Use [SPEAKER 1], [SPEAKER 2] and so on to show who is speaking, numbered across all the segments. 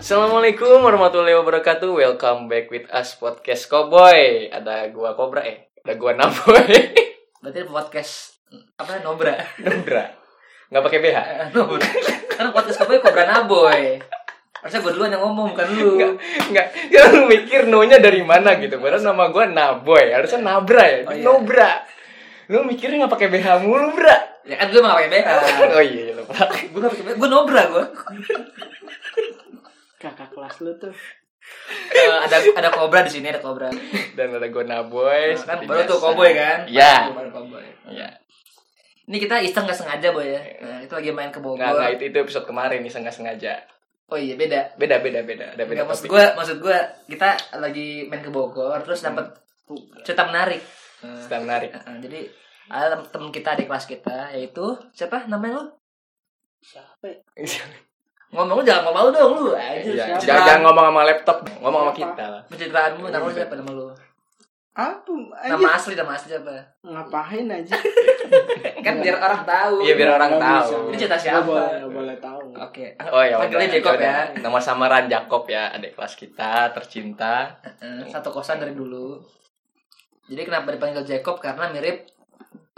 [SPEAKER 1] Assalamualaikum warahmatullahi wabarakatuh. Welcome back with us podcast Cowboy. Ada gua Cobra eh, ada gua Naboy.
[SPEAKER 2] Berarti podcast apa Nobra? Eh,
[SPEAKER 1] Nobra. Enggak pakai BH.
[SPEAKER 2] Nobra. Karena podcast Cowboy Kobra Naboy. Harusnya gue duluan yang ngomong bukan lu.
[SPEAKER 1] Enggak, enggak. Kan lu mikir nonya dari mana gitu. Padahal nama gua Naboy, harusnya Nabra ya,
[SPEAKER 2] Oh, iya.
[SPEAKER 1] Nobra. Lu mikirnya nggak pakai BH mulu, Bra.
[SPEAKER 2] Ya kan gue mah gak pakai BH.
[SPEAKER 1] Oh iya, lupa.
[SPEAKER 2] Gue gak pakai BH, gue Nobra gue.
[SPEAKER 3] kakak kelas lu tuh
[SPEAKER 2] Eh, ada ada Kobra di sini ada Nah. Kobra.
[SPEAKER 1] Dan ada gua Naboy.
[SPEAKER 2] Kan
[SPEAKER 1] seperti
[SPEAKER 2] baru tuh
[SPEAKER 1] biasa.
[SPEAKER 2] Cowboy kan?
[SPEAKER 1] Iya.
[SPEAKER 2] Baru Cowboy.
[SPEAKER 1] Iya.
[SPEAKER 2] Ini kita iseng gak sengaja boy ya. Nah, itu lagi main ke
[SPEAKER 1] Enggak, enggak
[SPEAKER 2] Bogor.
[SPEAKER 1] itu, itu episode kemarin nih nggak sengaja.
[SPEAKER 2] Oh iya beda.
[SPEAKER 1] Beda, beda, beda. Ada Ya, beda
[SPEAKER 2] Enggak, maksud
[SPEAKER 1] topik.
[SPEAKER 2] gue maksud gue kita lagi main ke Bogor terus dapat
[SPEAKER 1] Hmm.
[SPEAKER 2] cerita menarik. Eh,
[SPEAKER 1] Sudah menarik.
[SPEAKER 2] eh, eh, jadi ada tem- temen kita di kelas kita yaitu siapa namanya lu?
[SPEAKER 3] siapa ya?
[SPEAKER 2] Ngomong lu jangan ngomong lu dong lu. Anjir,
[SPEAKER 1] Iya,
[SPEAKER 2] siapa?
[SPEAKER 1] jangan, jangan ngomong Iya. sama laptop, ngomong sama
[SPEAKER 3] Siapa?
[SPEAKER 1] kita lah.
[SPEAKER 2] Pencitraan lu nama lu siapa nama lu?
[SPEAKER 3] apa
[SPEAKER 2] Nama
[SPEAKER 3] aja
[SPEAKER 2] asli nama asli apa?
[SPEAKER 3] ngapain aja
[SPEAKER 2] Kan biar orang tahu.
[SPEAKER 1] Iya biar orang
[SPEAKER 3] Nggak
[SPEAKER 1] tahu.
[SPEAKER 3] bisa.
[SPEAKER 2] Ini cerita siapa?
[SPEAKER 3] Nggak boleh nggak boleh tahu
[SPEAKER 2] Oke.
[SPEAKER 1] Oh ya,
[SPEAKER 2] Panggilnya
[SPEAKER 1] udah,
[SPEAKER 2] Jacob
[SPEAKER 1] udah.
[SPEAKER 2] ya.
[SPEAKER 1] Nama samaran Jacob ya, adik kelas kita tercinta.
[SPEAKER 2] Eh, Satu kosan dari dulu. Jadi kenapa dipanggil Jacob? Karena mirip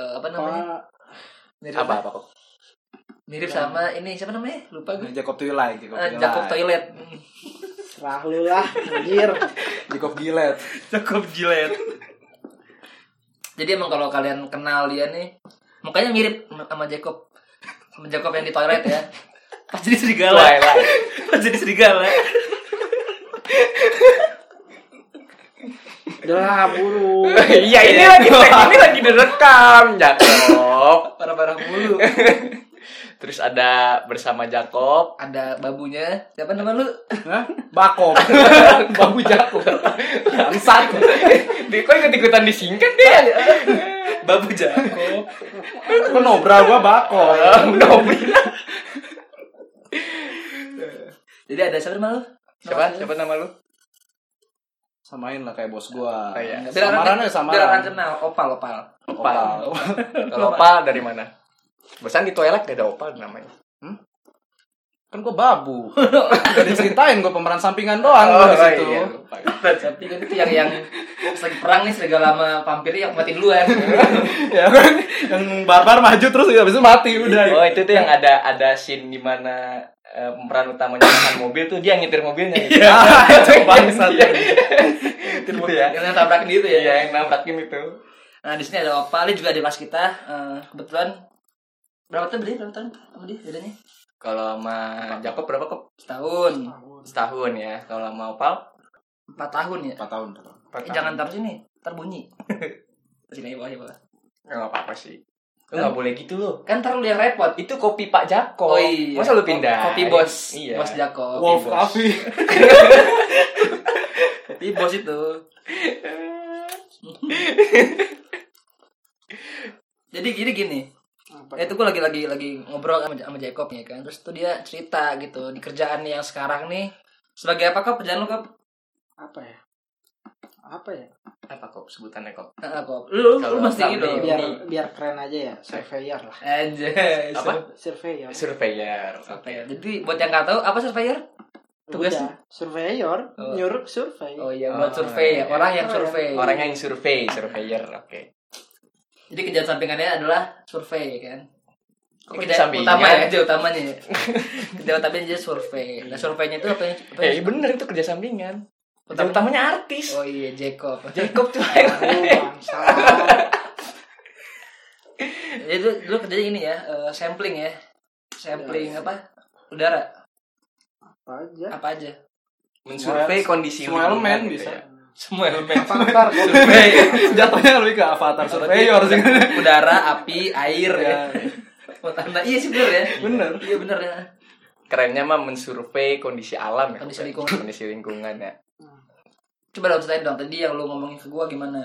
[SPEAKER 2] eh, apa namanya?
[SPEAKER 3] Pak
[SPEAKER 2] Mirip
[SPEAKER 1] Apa apa kok?
[SPEAKER 2] Mirip sama ini siapa namanya? Lupa gue.
[SPEAKER 4] Jacob Twilight, Jacob
[SPEAKER 2] Eh,
[SPEAKER 4] Twilight.
[SPEAKER 2] Jacob toilet.
[SPEAKER 3] serah lu lah anjir
[SPEAKER 4] Jacob Gillette.
[SPEAKER 2] Jacob jilet. Jadi emang kalau kalian kenal dia nih, mukanya mirip sama Jacob. Sama Jacob yang di toilet ya. Pas jadi
[SPEAKER 1] Iya ya,
[SPEAKER 2] serigala.
[SPEAKER 1] Twilight.
[SPEAKER 2] Pas jadi serigala.
[SPEAKER 3] udah lah buru
[SPEAKER 1] Iya ini lagi ini lagi direkam Jacob.
[SPEAKER 2] Parah-parah mulu.
[SPEAKER 1] Terus ada bersama Jacob,
[SPEAKER 2] Ada babunya. Siapa nama lu?
[SPEAKER 4] Hah? Bakob.
[SPEAKER 1] Babu Jacob. Bangsat. Dia kok ikut-ikutan disingkat dia.
[SPEAKER 2] Babu Jacob.
[SPEAKER 4] Lu nobra gua Bakob.
[SPEAKER 1] Nobri.
[SPEAKER 2] Jadi ada siapa nama lu?
[SPEAKER 1] Siapa? Siapa nama lu?
[SPEAKER 4] Samain lah kayak bos gua.
[SPEAKER 1] Oh, iya.
[SPEAKER 2] Biar orang-
[SPEAKER 4] Samaran aja samaran.
[SPEAKER 2] Biar orang kenal opal opal.
[SPEAKER 4] Opal.
[SPEAKER 1] Kalau Opal dari mana? Bersama di toilet gak ada Opal namanya.
[SPEAKER 4] Kan gua babu. Gak diceritain gua pemeran sampingan doang
[SPEAKER 1] Oh,
[SPEAKER 4] gua di situ.
[SPEAKER 1] iya,
[SPEAKER 2] Tapi kan itu yang yang pas lagi perang nih serigala sama vampirnya yang matiin duluan.
[SPEAKER 4] Ya kan yang barbar maju terus ya, habis itu mati udah.
[SPEAKER 1] Oh itu tuh yang ada ada scene di mana eh, pemeran utamanya makan mobil tuh dia ngitir mobilnya gitu.
[SPEAKER 4] Ya, itu bangsat.
[SPEAKER 1] gitu ya.
[SPEAKER 2] yang tabrakin gitu ya.
[SPEAKER 1] Iya yang nabrakin itu.
[SPEAKER 2] Nah di sini ada opal, dia juga ada kelas kita. Eh, kebetulan berapa tahun berarti berapa tahun sama dia bedanya?
[SPEAKER 1] Kalau sama Jacob berapa kok?
[SPEAKER 2] Setahun,
[SPEAKER 1] Setahun ya. Kalau sama Opal
[SPEAKER 2] empat tahun ya.
[SPEAKER 4] 4 tahun. empat tahun.
[SPEAKER 1] empat
[SPEAKER 2] Eh,
[SPEAKER 1] tahun.
[SPEAKER 2] jangan taruh sini, ntar bunyi. sini bawah bawah.
[SPEAKER 1] nggak apa-apa sih. Lu nggak boleh gitu loh.
[SPEAKER 2] Kan ntar lu yang repot.
[SPEAKER 1] Itu kopi Pak Jacob.
[SPEAKER 2] Oh, iya.
[SPEAKER 1] Masa lu pindah?
[SPEAKER 2] Kopi bos,
[SPEAKER 1] Iya.
[SPEAKER 2] bos Jacob.
[SPEAKER 4] Wolf
[SPEAKER 1] bos.
[SPEAKER 4] Coffee.
[SPEAKER 2] Tapi bos itu. Jadi gini gini.
[SPEAKER 3] Apa?
[SPEAKER 2] Eh, itu gue lagi lagi lagi ngobrol sama, sama Jacob ya kan. Terus tuh dia cerita gitu di kerjaan yang sekarang nih. Sebagai apa kok kerjaan lu kok?
[SPEAKER 3] apa ya apa ya
[SPEAKER 1] Apa kok sebutannya kok?
[SPEAKER 2] Eh, Kop. Lu lu, lu
[SPEAKER 1] Kalau
[SPEAKER 2] mesti
[SPEAKER 1] kami-
[SPEAKER 2] Iya, ini dong.
[SPEAKER 3] biar biar keren aja ya surveyor lah
[SPEAKER 2] Anjay.
[SPEAKER 1] Apa?
[SPEAKER 3] surveyor
[SPEAKER 1] Surveyor.
[SPEAKER 2] Surveyor. Jadi buat yang nggak tahu apa surveyor? Tugas
[SPEAKER 3] Udah, surveyor
[SPEAKER 2] Oh.
[SPEAKER 3] nyuruh survei
[SPEAKER 2] Oh iya, buat
[SPEAKER 1] Oh,
[SPEAKER 2] survei
[SPEAKER 1] iya.
[SPEAKER 2] ya. Orang yang
[SPEAKER 3] Keren.
[SPEAKER 2] survei.
[SPEAKER 1] Orang yang survei, surveyor. Oke.
[SPEAKER 2] Jadi kerjaan sampingannya adalah survei ya kan.
[SPEAKER 1] Kok
[SPEAKER 2] Kerja
[SPEAKER 1] kerja sampingan?
[SPEAKER 2] utama ya, kerja utamanya ya. kerja utamanya jadi survei. Nah, surveinya itu apa yang apa
[SPEAKER 1] Eh
[SPEAKER 2] yang-
[SPEAKER 1] bener itu kerja sampingan. Kerja
[SPEAKER 2] Utama-
[SPEAKER 1] utamanya artis.
[SPEAKER 2] Oh iya, Jacob.
[SPEAKER 1] Jacob tuh
[SPEAKER 3] Aduh,
[SPEAKER 2] iya.
[SPEAKER 3] bangsa
[SPEAKER 2] Jadi lu, lu kerjanya ini ya, eh, sampling ya. Sampling apa? Udara,
[SPEAKER 3] apa aja
[SPEAKER 2] apa aja?
[SPEAKER 1] mensurvei
[SPEAKER 4] Semua-
[SPEAKER 1] kondisi
[SPEAKER 4] semua
[SPEAKER 1] lingkungan
[SPEAKER 4] elemen
[SPEAKER 1] gitu
[SPEAKER 4] bisa.
[SPEAKER 1] ya. Iya.
[SPEAKER 2] Semua elemen.
[SPEAKER 3] Avatar
[SPEAKER 4] Survei. Jatuhnya lebih ke avatar surveyor sih.
[SPEAKER 2] Udara, api, air ya.
[SPEAKER 4] Ya,
[SPEAKER 2] Oh, tanda. Iya sih bener ya.
[SPEAKER 4] Bener.
[SPEAKER 2] Iya bener ya.
[SPEAKER 1] kerennya mah mensurvei kondisi alam ya
[SPEAKER 2] Kondisi lingkungan.
[SPEAKER 1] kondisi lingkungan ya
[SPEAKER 2] Coba dong ceritain dong tadi yang lu ngomongin ke gua gimana?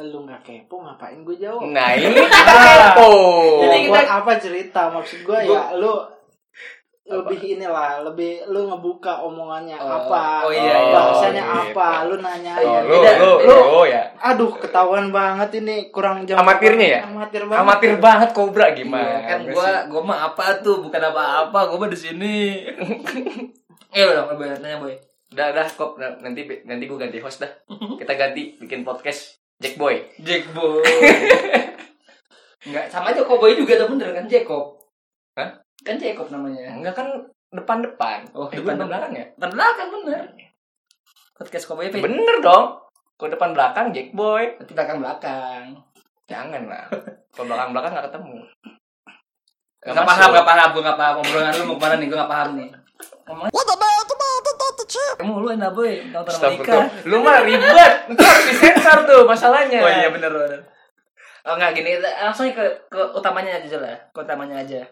[SPEAKER 3] lu nggak kepo ngapain gue jawab
[SPEAKER 1] nah ini kata
[SPEAKER 2] Ah.
[SPEAKER 1] kepo
[SPEAKER 3] Jadi kita apa cerita maksud gue ya lu lebih inilah lebih lu ngebuka omongannya
[SPEAKER 2] Oh,
[SPEAKER 3] apa
[SPEAKER 2] oh iya,
[SPEAKER 1] iya.
[SPEAKER 3] bahasanya
[SPEAKER 1] Oh, gitu.
[SPEAKER 3] apa lu nanya
[SPEAKER 1] oh, lu,
[SPEAKER 2] Beda,
[SPEAKER 1] lu,
[SPEAKER 2] beda.
[SPEAKER 1] lu ya
[SPEAKER 3] aduh ketahuan banget ini kurang jam
[SPEAKER 1] Amatirnya ya?
[SPEAKER 3] amatir banget
[SPEAKER 1] amatir banget kobra
[SPEAKER 2] Iya,
[SPEAKER 1] gimana
[SPEAKER 2] kan gua gua mah apa tuh bukan apa-apa gua mah di sini Eh udah, udah, Boy. nanya boy.
[SPEAKER 1] Udah, udah, kok nanti nanti gue ganti host dah. Kita ganti bikin podcast Jack Boy.
[SPEAKER 2] Jack boy. Enggak, sama aja Cowboy juga tuh bener kan Jacob.
[SPEAKER 1] Hah?
[SPEAKER 2] Kan Jacob namanya.
[SPEAKER 1] Enggak kan depan-depan.
[SPEAKER 2] Oh,
[SPEAKER 1] Eh,
[SPEAKER 2] depan
[SPEAKER 1] depan belakang ya?
[SPEAKER 2] Depan belakang kan, bener. Podcast Cowboy apa? ya?
[SPEAKER 1] Bener dong. Kalau depan belakang Jack Boy.
[SPEAKER 2] Berarti belakang belakang.
[SPEAKER 1] Jangan lah. Kalau belakang belakang nggak ketemu.
[SPEAKER 2] Gak, paham, gak paham, gue gak paham obrolan lu mau kemana nih, gue gak paham nih. Ngomongnya Kamu lu enak boy, nonton sama Dika.
[SPEAKER 1] Astagfirullah. Lu mah ribet. Itu harus disensor tuh masalahnya.
[SPEAKER 2] Oh iya bener bener. Oh enggak gini, langsung ke ke utamanya aja lah, ke utamanya aja.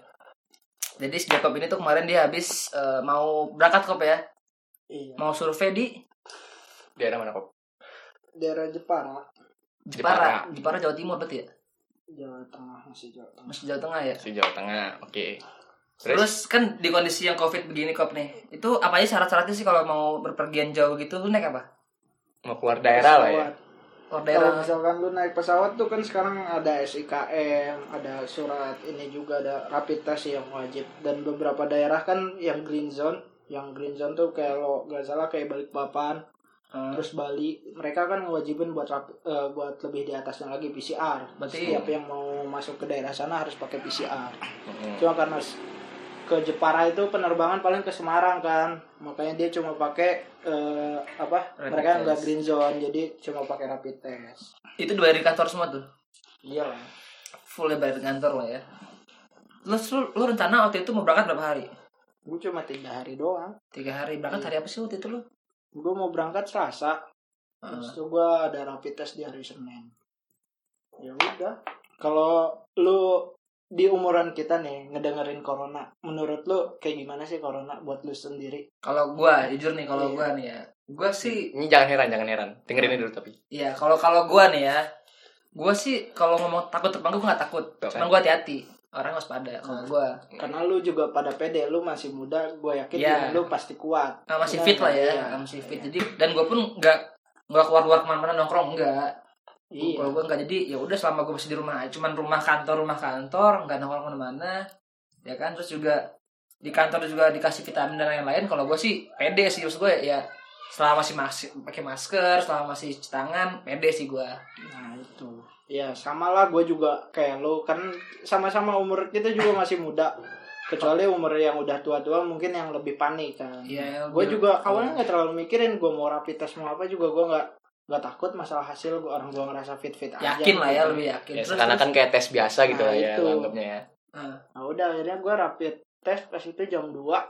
[SPEAKER 2] Jadi si Jacob ini tuh kemarin dia habis eh, mau berangkat kop ya,
[SPEAKER 3] Iya.
[SPEAKER 2] mau survei di
[SPEAKER 1] Daerah mana kok?
[SPEAKER 3] Daerah Jepang lah.
[SPEAKER 1] Jepara.
[SPEAKER 2] Jepara, Jepara Jawa Timur berarti ya,
[SPEAKER 3] Jawa Tengah masih Jawa Tengah.
[SPEAKER 2] masih Jawa Tengah ya.
[SPEAKER 1] Si Jawa Tengah. Oke. Terus?
[SPEAKER 2] Terus kan di kondisi yang covid begini kop nih, itu apa aja syarat-syaratnya sih kalau mau berpergian jauh gitu, lu naik apa?
[SPEAKER 1] mau keluar daerah lah ya.
[SPEAKER 3] Pesawat.
[SPEAKER 2] Keluar
[SPEAKER 3] Kalau
[SPEAKER 2] daerah.
[SPEAKER 3] misalkan lu naik pesawat tuh kan sekarang ada SIKM, ada surat ini juga ada rapid test yang wajib dan beberapa daerah kan yang green zone, yang green zone tuh kayak lo nggak salah kayak Balikpapan,
[SPEAKER 2] Eh,
[SPEAKER 3] terus Bali, mereka kan ngewajibin buat rap- eh, buat lebih di atasnya lagi PCR.
[SPEAKER 2] Berarti-
[SPEAKER 3] Setiap yang mau masuk ke daerah sana harus pakai PCR.
[SPEAKER 1] Mm-mm.
[SPEAKER 3] Cuma karena s- ke Jepara itu penerbangan paling ke Semarang kan, makanya dia cuma pakai eh, apa?
[SPEAKER 2] Rapid
[SPEAKER 3] mereka nggak
[SPEAKER 2] test.
[SPEAKER 3] green zone, jadi cuma pakai rapid test.
[SPEAKER 2] itu dibayar di kantor semua tuh.
[SPEAKER 3] Iya lah.
[SPEAKER 2] full ya bayar kantor lah ya terus lu, lu rencana waktu itu mau berangkat berapa hari
[SPEAKER 3] Gue cuma tiga hari doang.
[SPEAKER 2] tiga hari berangkat
[SPEAKER 3] Iya.
[SPEAKER 2] hari apa sih waktu itu lu Eh,
[SPEAKER 3] Gue mau berangkat Selasa.
[SPEAKER 2] Nah.
[SPEAKER 3] Terus tuh gue ada rapid test di hari Senin. Ya udah. Kalau lu di umuran kita nih ngedengerin corona, menurut lu kayak gimana sih corona buat lu sendiri?
[SPEAKER 2] kalau gua jujur nih kalau
[SPEAKER 3] Iya.
[SPEAKER 2] gua nih ya gua sih
[SPEAKER 1] Ini jangan heran, jangan heran. Dengerin ini dulu tapi.
[SPEAKER 2] ya kalau kalau gua nih ya gua sih kalau ngomong takut terpangku gua nggak takut
[SPEAKER 1] Tuh, kan.
[SPEAKER 2] cuman gua hati-hati orang waspada kalau
[SPEAKER 3] Hmm.
[SPEAKER 2] gua
[SPEAKER 3] Karena lu juga pada pede, lu masih muda, gue yakin
[SPEAKER 2] Iya.
[SPEAKER 3] imun lu pasti kuat.
[SPEAKER 2] Ah, masih
[SPEAKER 3] Benar,
[SPEAKER 2] fit lah ya
[SPEAKER 3] iya.
[SPEAKER 2] Ah, masih fit jadi dan gua pun nggak nggak keluar keluar kemana-mana nongkrong enggak
[SPEAKER 3] Iya.
[SPEAKER 2] kalau gua nggak jadi ya udah selama gua masih di rumah aja. cuman rumah kantor rumah kantor nggak nongkrong kemana-mana ya kan terus juga di kantor juga dikasih vitamin dan lain-lain kalau gua sih pede sih maksud gue ya selama masih masih pakai masker selama masih cuci tangan pede sih gua
[SPEAKER 3] Nah itu. Ya sama lah gue juga kayak lo kan sama-sama umur kita juga masih muda. Kecuali umur yang udah tua-tua mungkin yang lebih panik kan.
[SPEAKER 2] Iya,
[SPEAKER 3] Gue
[SPEAKER 2] gua-
[SPEAKER 3] juga awalnya nggak terlalu mikirin gue mau rapid test mau apa juga gue nggak nggak takut masalah hasil gua orang gue ngerasa fit-fit aja. gitu.
[SPEAKER 2] yakin lah ya lebih yakin
[SPEAKER 1] Ya,
[SPEAKER 2] Terus-
[SPEAKER 1] seakan-akan kayak tes biasa gitu
[SPEAKER 3] Nah,
[SPEAKER 1] lah ya,
[SPEAKER 3] itu.
[SPEAKER 1] lu anggapnya ya.
[SPEAKER 3] Nah udah akhirnya gue rapid test pas itu jam 2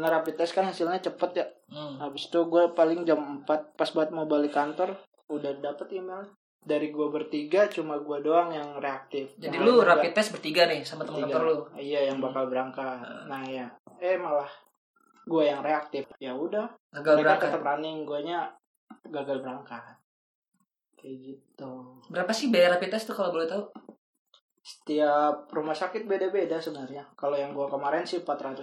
[SPEAKER 3] Nah rapid test kan hasilnya cepet ya
[SPEAKER 2] terus- hmm.
[SPEAKER 3] Habis itu gue paling jam 4 pas banget mau balik kantor udah dapet email dari gue bertiga cuma gue doang yang reaktif.
[SPEAKER 2] jadi
[SPEAKER 3] Yang
[SPEAKER 2] lu
[SPEAKER 3] lain
[SPEAKER 2] rapid test bertiga nih sama teman
[SPEAKER 3] Bertiga.
[SPEAKER 2] kantor lu
[SPEAKER 3] nggak- Iya yang bakal berangkat.
[SPEAKER 2] Hmm.
[SPEAKER 3] Nah ya eh malah gue yang reaktif. Ya udah
[SPEAKER 2] gagal
[SPEAKER 3] mereka
[SPEAKER 2] berangkat
[SPEAKER 3] tetap running gue nya gagal berangkat. Kayak gitu.
[SPEAKER 2] berapa sih biaya rapid test tuh kalau boleh tahu
[SPEAKER 3] Setiap rumah sakit beda-beda sebenarnya. Kalau yang gue kemarin sih 440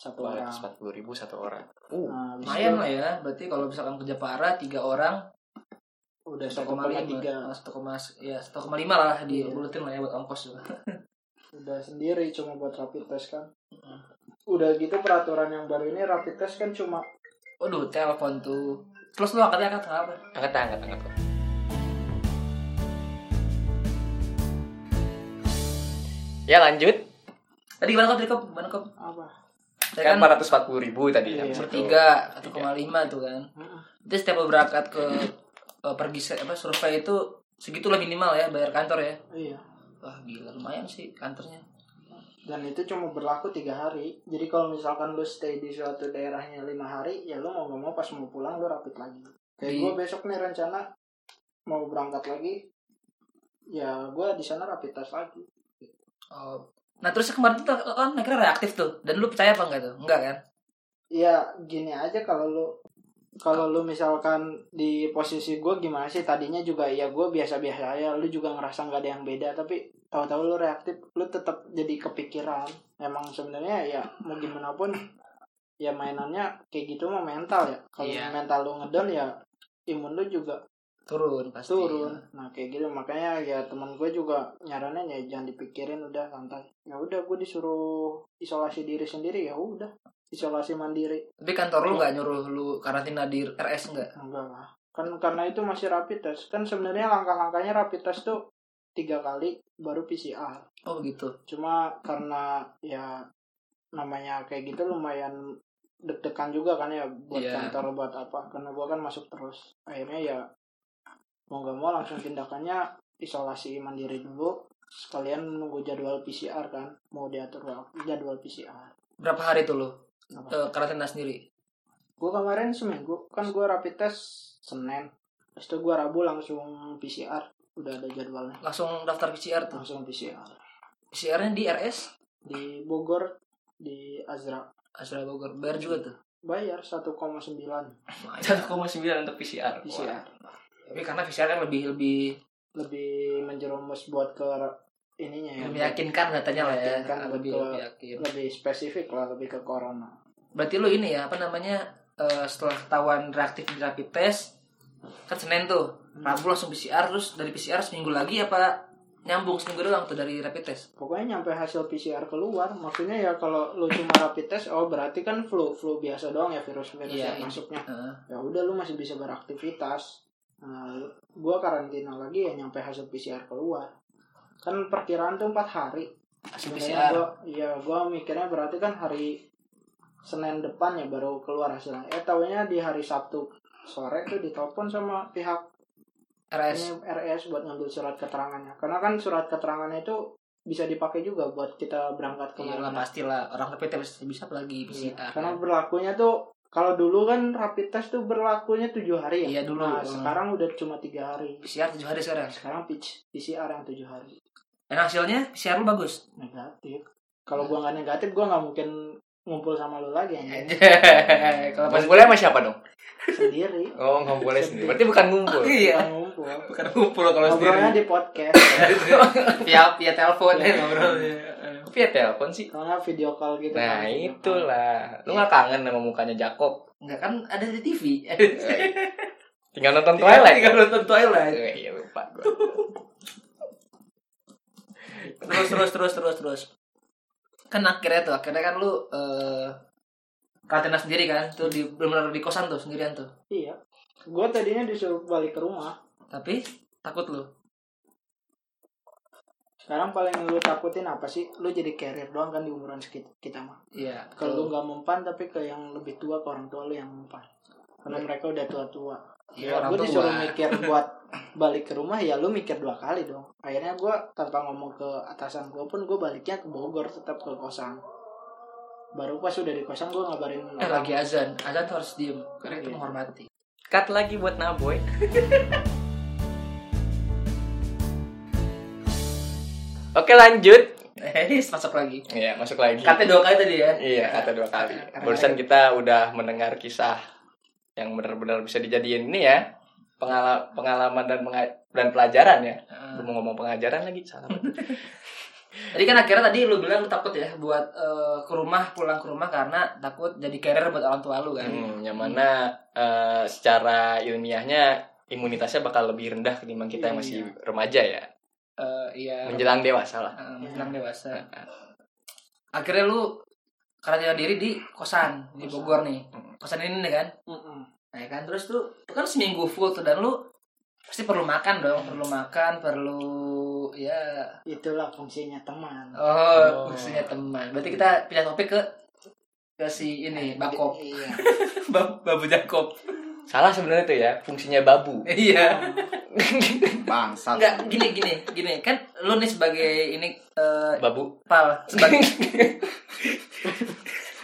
[SPEAKER 3] satu orang.
[SPEAKER 1] 140 ribu satu orang.
[SPEAKER 3] Nah, habis
[SPEAKER 2] lumayan
[SPEAKER 3] itu
[SPEAKER 2] lah ya berarti kalau misalkan kerja parah tiga orang
[SPEAKER 3] udah 1,3
[SPEAKER 2] 1,5 satu koma ya satu koma lima lah di
[SPEAKER 3] Iya.
[SPEAKER 2] bulatin lah ya buat ongkos juga
[SPEAKER 3] udah sendiri cuma buat rapid test kan udah gitu peraturan yang baru ini rapid test kan cuma
[SPEAKER 2] waduh telepon tuh terus lu angkatnya angkat apa
[SPEAKER 1] Angkat angkat angkat. Ya lanjut.
[SPEAKER 2] tadi gimana kok tadi kok gimana kok
[SPEAKER 3] apa
[SPEAKER 2] tadi
[SPEAKER 1] Kan
[SPEAKER 2] kan
[SPEAKER 1] 440 ribu tadi.
[SPEAKER 3] Iya.
[SPEAKER 1] habis itu.
[SPEAKER 2] bertiga satu koma lima tuh kan
[SPEAKER 3] Mm-mm.
[SPEAKER 2] itu setiap lu berangkat ke eh, pergi se- apa survei itu segitu lah minimal ya bayar kantor ya
[SPEAKER 3] iya
[SPEAKER 2] wah gila lumayan sih kantornya
[SPEAKER 3] dan itu cuma berlaku tiga hari jadi kalau misalkan lu stay di suatu daerahnya lima hari ya lu mau nggak mau pas mau pulang lu rapid lagi kayak
[SPEAKER 2] Di-
[SPEAKER 3] gue besok nih rencana mau berangkat lagi ya gue di sana rapid test lagi
[SPEAKER 2] oh. nah terus kemarin tuh kan akhirnya reaktif tuh dan lu percaya apa enggak tuh enggak kan
[SPEAKER 3] ya gini aja kalau lu kalau lu misalkan di posisi gue gimana sih tadinya juga ya gue biasa-biasa aja lu juga ngerasa nggak ada yang beda tapi tahu-tahu lu reaktif lu tetap jadi kepikiran emang sebenarnya ya mau gimana pun ya mainannya kayak gitu mah mental ya kalau
[SPEAKER 2] Iya.
[SPEAKER 3] mental lu ngedon ya imun lu juga
[SPEAKER 2] turun pasti iya.
[SPEAKER 3] turun nah kayak gitu makanya ya teman gue juga nyaranin ya jangan dipikirin udah santai ya udah gue disuruh isolasi diri sendiri ya udah isolasi mandiri
[SPEAKER 2] tapi kantor lu nggak nyuruh lu karantina di RS nggak
[SPEAKER 3] enggak lah kan karena itu masih rapid test kan sebenarnya langkah-langkahnya rapid test tuh tiga kali baru PCR
[SPEAKER 2] oh gitu
[SPEAKER 3] cuma karena ya namanya kayak gitu lumayan deg-degan juga kan ya buat
[SPEAKER 2] Iya.
[SPEAKER 3] kantor buat apa karena gua kan masuk terus akhirnya ya mau nggak mau langsung tindakannya isolasi mandiri dulu sekalian menunggu jadwal PCR kan mau diatur wak- jadwal PCR
[SPEAKER 2] berapa hari tuh lu
[SPEAKER 3] Apa?
[SPEAKER 2] eh, karantina sendiri
[SPEAKER 3] gue kemarin seminggu kan gue rapid test senin terus itu gue rabu langsung PCR udah ada jadwalnya
[SPEAKER 2] langsung daftar PCR tuh
[SPEAKER 3] langsung PCR
[SPEAKER 2] PCR-nya di RS
[SPEAKER 3] di Bogor di Azra
[SPEAKER 2] Asra Ah, Bogor bayar juga tuh
[SPEAKER 3] bayar 1,9
[SPEAKER 2] Lumayan.
[SPEAKER 1] 1,9 untuk PCR.
[SPEAKER 3] PCR
[SPEAKER 1] Wah.
[SPEAKER 2] tapi karena PCR kan lebih lebih
[SPEAKER 3] lebih menjerumus buat ke ininya ya
[SPEAKER 2] lebih meyakinkan datanya lah ya
[SPEAKER 3] Meyakinkan,
[SPEAKER 2] lebih
[SPEAKER 3] betul.
[SPEAKER 2] lebih yakin
[SPEAKER 3] lebih spesifik lah lebih ke corona
[SPEAKER 2] berarti lu ini ya apa namanya eh, setelah ketahuan reaktif di rapid test kan senin tuh rabu langsung PCR terus dari PCR seminggu lagi apa nyambung seminggu doang tuh dari rapid test
[SPEAKER 3] pokoknya nyampe hasil PCR keluar maksudnya ya kalau lu cuma rapid test oh berarti kan flu flu biasa doang ya virus-virus
[SPEAKER 2] Iya, iya.
[SPEAKER 3] yang masuknya
[SPEAKER 2] Heeh.
[SPEAKER 3] ya udah lu masih bisa beraktivitas nah, lu- gua karantina lagi ya nyampe hasil PCR keluar kan perkiraan tuh empat hari
[SPEAKER 2] hasil PCR
[SPEAKER 3] Sebenarnya gua, ya gua mikirnya berarti kan hari Senin depan ya baru keluar hasilnya. Eh tahunya di hari Sabtu sore tuh ditelepon sama pihak
[SPEAKER 2] RS
[SPEAKER 3] ini RS buat ngambil surat keterangannya. Karena kan surat keterangannya itu bisa dipakai juga buat kita berangkat ke
[SPEAKER 2] Iya lah pastilah orang rapid test bisa apalagi
[SPEAKER 1] Iya.
[SPEAKER 2] PCR
[SPEAKER 3] Iya, Karena berlakunya tuh kalau dulu kan rapid test tuh berlakunya tujuh hari ya.
[SPEAKER 2] Iya, dulu.
[SPEAKER 3] Nah,
[SPEAKER 2] Hmm.
[SPEAKER 3] sekarang udah cuma tiga hari.
[SPEAKER 2] PCR tujuh hari sekarang
[SPEAKER 3] Sekarang pitch PCR yang tujuh hari.
[SPEAKER 2] dan hasilnya PCR lu bagus
[SPEAKER 3] Negatif. Kalau gua nggak negatif, gua nggak mungkin ngumpul sama lu lagi anjing.
[SPEAKER 1] Iya.
[SPEAKER 2] kalau
[SPEAKER 1] Pas boleh sama siapa dong?
[SPEAKER 3] sendiri.
[SPEAKER 1] Oh, nggak boleh sendiri. Berarti bukan ngumpul.
[SPEAKER 2] iya
[SPEAKER 3] Bukan ngumpul.
[SPEAKER 1] Bukan ngumpul kalau
[SPEAKER 3] Ngobrolnya
[SPEAKER 1] sendiri.
[SPEAKER 3] di podcast.
[SPEAKER 2] via via telepon ya ngobrol
[SPEAKER 1] Kok Via telepon sih.
[SPEAKER 3] Karena video call gitu.
[SPEAKER 1] Nah,
[SPEAKER 3] kan, video call.
[SPEAKER 1] itulah. Lu nggak kangen sama mukanya Jakob?
[SPEAKER 2] enggak kan ada di TV
[SPEAKER 1] Tinggal nonton Twilight.
[SPEAKER 2] Tinggal nonton Twilight
[SPEAKER 1] Eh, Iya, lupa gua.
[SPEAKER 2] terus terus terus terus terus kan akhirnya tuh akhirnya kan lu eh karantina sendiri kan tuh di benar di kosan tuh sendirian tuh
[SPEAKER 3] Iya. Gue tadinya disuruh balik ke rumah.
[SPEAKER 2] tapi takut lu
[SPEAKER 3] Sekarang paling lu takutin apa sih? Lu jadi carrier doang kan di umuran sekit- kita mah.
[SPEAKER 2] iya
[SPEAKER 3] Kalau lu nggak mempan tapi ke yang lebih tua ke orang tua lu yang mempan. Karena mereka udah tua-tua.
[SPEAKER 2] Iya, orang
[SPEAKER 3] gue
[SPEAKER 2] tua.
[SPEAKER 3] ya, disuruh mikir buat balik ke rumah ya lu mikir dua kali dong. Akhirnya gue tanpa ngomong ke atasan gue pun gue baliknya ke Bogor tetap ke kosan. Baru pas udah di kosan gue ngabarin
[SPEAKER 2] eh
[SPEAKER 3] orang.
[SPEAKER 2] lagi azan azan tuh harus diem karena itu
[SPEAKER 3] Iya.
[SPEAKER 2] menghormati
[SPEAKER 1] Cut lagi buat Naboy. Oke, lanjut.
[SPEAKER 2] eh masuk lagi
[SPEAKER 1] Iya, masuk lagi.
[SPEAKER 2] katanya dua kali tadi ya
[SPEAKER 1] Iya, kata dua kali. Barusan kita udah mendengar kisah yang benar-benar bisa dijadiin ini ya pengala- pengalaman dan menga- dan pelajaran ya. Gue mau ngomong pengajaran lagi salah.
[SPEAKER 2] Tadi Eh, kan akhirnya tadi lu bilang lu takut ya buat eh, ke rumah pulang ke rumah karena takut jadi carrier buat orang tua lu kan.
[SPEAKER 1] Hmm, yang mana eh, secara ilmiahnya imunitasnya bakal lebih rendah ketimbang kita yang
[SPEAKER 3] Iya,
[SPEAKER 1] masih remaja ya,
[SPEAKER 2] Eh, iya.
[SPEAKER 1] menjelang dewasa lah.
[SPEAKER 2] Eh, menjelang dewasa. Akhirnya lu karantina diri di kosan di Bogor nih. Kosan ini nih kan.
[SPEAKER 3] Mm-mm.
[SPEAKER 2] Nah, ya kan terus tuh itu kan seminggu full tuh dan lu pasti perlu makan dong, perlu makan, perlu ya
[SPEAKER 3] Itulah fungsinya teman.
[SPEAKER 2] oh,
[SPEAKER 1] Oh.
[SPEAKER 2] maksudnya teman. Berarti kita pindah topik ke ke si ini bakop
[SPEAKER 3] Iya.
[SPEAKER 2] Bab- babu jakob
[SPEAKER 1] Salah sebenarnya tuh ya, fungsinya babu.
[SPEAKER 2] iya
[SPEAKER 4] Bangsat.
[SPEAKER 2] Enggak, gini gini gini kan lu nih sebagai ini eh,
[SPEAKER 1] Babu.
[SPEAKER 2] pal sebagai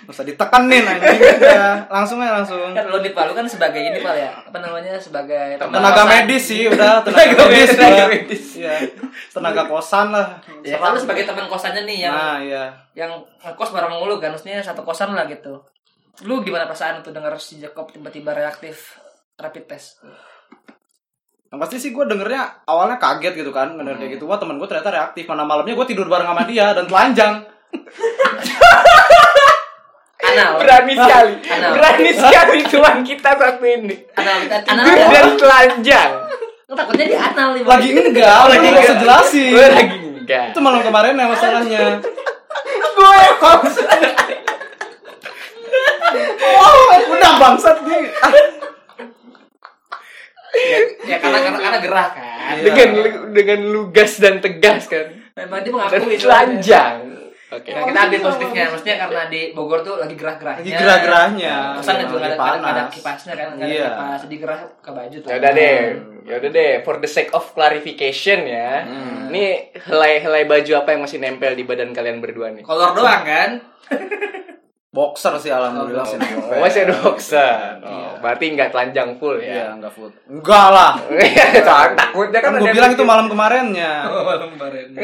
[SPEAKER 4] Nggak usah ditekanin anjing udah. Langsung aja langsung.
[SPEAKER 2] kan lu nih pal lu kan sebagai ini pal ya apa namanya sebagai teman
[SPEAKER 4] Tenaga
[SPEAKER 2] kosan.
[SPEAKER 4] medis sih udah
[SPEAKER 1] Tenaga
[SPEAKER 4] tenaga
[SPEAKER 1] medis,
[SPEAKER 4] medis.
[SPEAKER 1] tenaga
[SPEAKER 4] gua. Iya. Tenaga kosan lah.
[SPEAKER 2] ya kan lu sebagai teman kosannya nih yang
[SPEAKER 4] Nah, iya.
[SPEAKER 2] yang ngekos bareng mulu kan maksudnya satu kosan lah gitu lu gimana perasaan tuh denger si Jacob tiba-tiba reaktif rapid test
[SPEAKER 4] Yang pasti sih gue dengernya awalnya kaget gitu kan Ngedenger kayak gitu Wah temen gue ternyata reaktif Mana malamnya gue tidur bareng sama dia Dan telanjang
[SPEAKER 2] anal
[SPEAKER 1] Berani sekali.
[SPEAKER 2] Kenapa?
[SPEAKER 1] Berani sekali tuan kita satu ini.
[SPEAKER 2] anal anal
[SPEAKER 1] Tidur dan telanjang.
[SPEAKER 2] takutnya di anal nih
[SPEAKER 4] lagi enggak
[SPEAKER 1] Lagi
[SPEAKER 4] lagi
[SPEAKER 1] enggak.
[SPEAKER 4] enggak usah jelasin
[SPEAKER 1] gue lagi enggak
[SPEAKER 4] itu malam kemarin ya masalahnya
[SPEAKER 3] gue kok
[SPEAKER 4] udah bangsat nih Ah,
[SPEAKER 2] ya karena karena, karena gerah kan
[SPEAKER 4] Iya.
[SPEAKER 1] dengan dengan lugas dan tegas kan
[SPEAKER 2] memang dia
[SPEAKER 1] dan
[SPEAKER 2] mengakui sebenarnya.
[SPEAKER 1] telanjang oke
[SPEAKER 2] Nah, kita ambil positifnya, maksudnya karena di Bogor tuh lagi gerah-gerahnya.
[SPEAKER 4] lagi gerah-gerahnya
[SPEAKER 2] Kosan
[SPEAKER 4] Iya,
[SPEAKER 2] juga nggak ada,
[SPEAKER 4] lagi
[SPEAKER 2] nggak ada- nggak ada
[SPEAKER 4] panas.
[SPEAKER 2] kipasnya kan, nggak
[SPEAKER 4] Iya.
[SPEAKER 2] ada kipas, jadi gerah ke baju tuh.
[SPEAKER 1] ya udah deh ya udah deh for the sake of clarification ya ini helai-helai baju apa yang masih nempel di badan kalian berdua nih
[SPEAKER 2] Kolor doang kan?
[SPEAKER 4] boxer sih alhamdulillah sih
[SPEAKER 1] Oh, masih ada boxer. Oh, berarti nggak telanjang full ya.
[SPEAKER 4] Iya, enggak food. Enggak lah.
[SPEAKER 1] Tak- Takutnya
[SPEAKER 4] Kan
[SPEAKER 1] kan ada
[SPEAKER 4] gue bilang
[SPEAKER 1] yang-
[SPEAKER 4] itu malam kemarinnya.
[SPEAKER 2] Malam kemarin.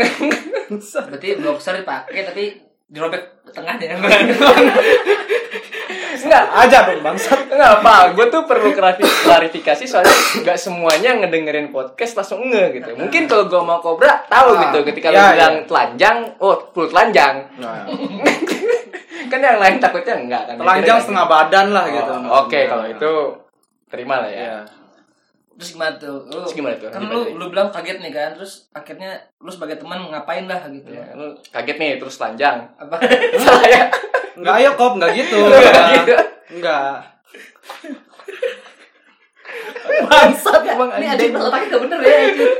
[SPEAKER 2] Berarti boxer dipakai tapi dirobek ke tengahnya.
[SPEAKER 1] Enggak,
[SPEAKER 4] Aja dong bangsat.
[SPEAKER 1] Enggak apa, gue tuh perlu klarifi- klarifikasi soalnya nggak semuanya ngedengerin podcast langsung nge gitu. Mungkin kalau gue mau kobra tahu
[SPEAKER 4] Ah,
[SPEAKER 1] gitu ketika lu
[SPEAKER 4] iya,
[SPEAKER 1] bilang
[SPEAKER 4] iya.
[SPEAKER 1] telanjang, oh full telanjang.
[SPEAKER 4] Nah,
[SPEAKER 1] kan yang lain takutnya enggak kan.
[SPEAKER 4] telanjang setengah badan
[SPEAKER 1] Oh,
[SPEAKER 4] lah gitu.
[SPEAKER 1] Oke, kalau itu terima lah ya.
[SPEAKER 4] Iya.
[SPEAKER 2] Terus gimana tuh? Lu,
[SPEAKER 1] Terus gimana tuh?
[SPEAKER 2] Kan lu, lu bilang kaget nih kan, terus akhirnya lu sebagai teman ngapain lah gitu.
[SPEAKER 1] Ya, lu kaget nih terus telanjang.
[SPEAKER 2] Apa?
[SPEAKER 1] Salah ya.
[SPEAKER 4] Enggak ayo kop, enggak gitu.
[SPEAKER 1] Enggak gitu.
[SPEAKER 4] Enggak. Bangsat emang
[SPEAKER 2] Ini ada yang letaknya nggak bener ya. anjing.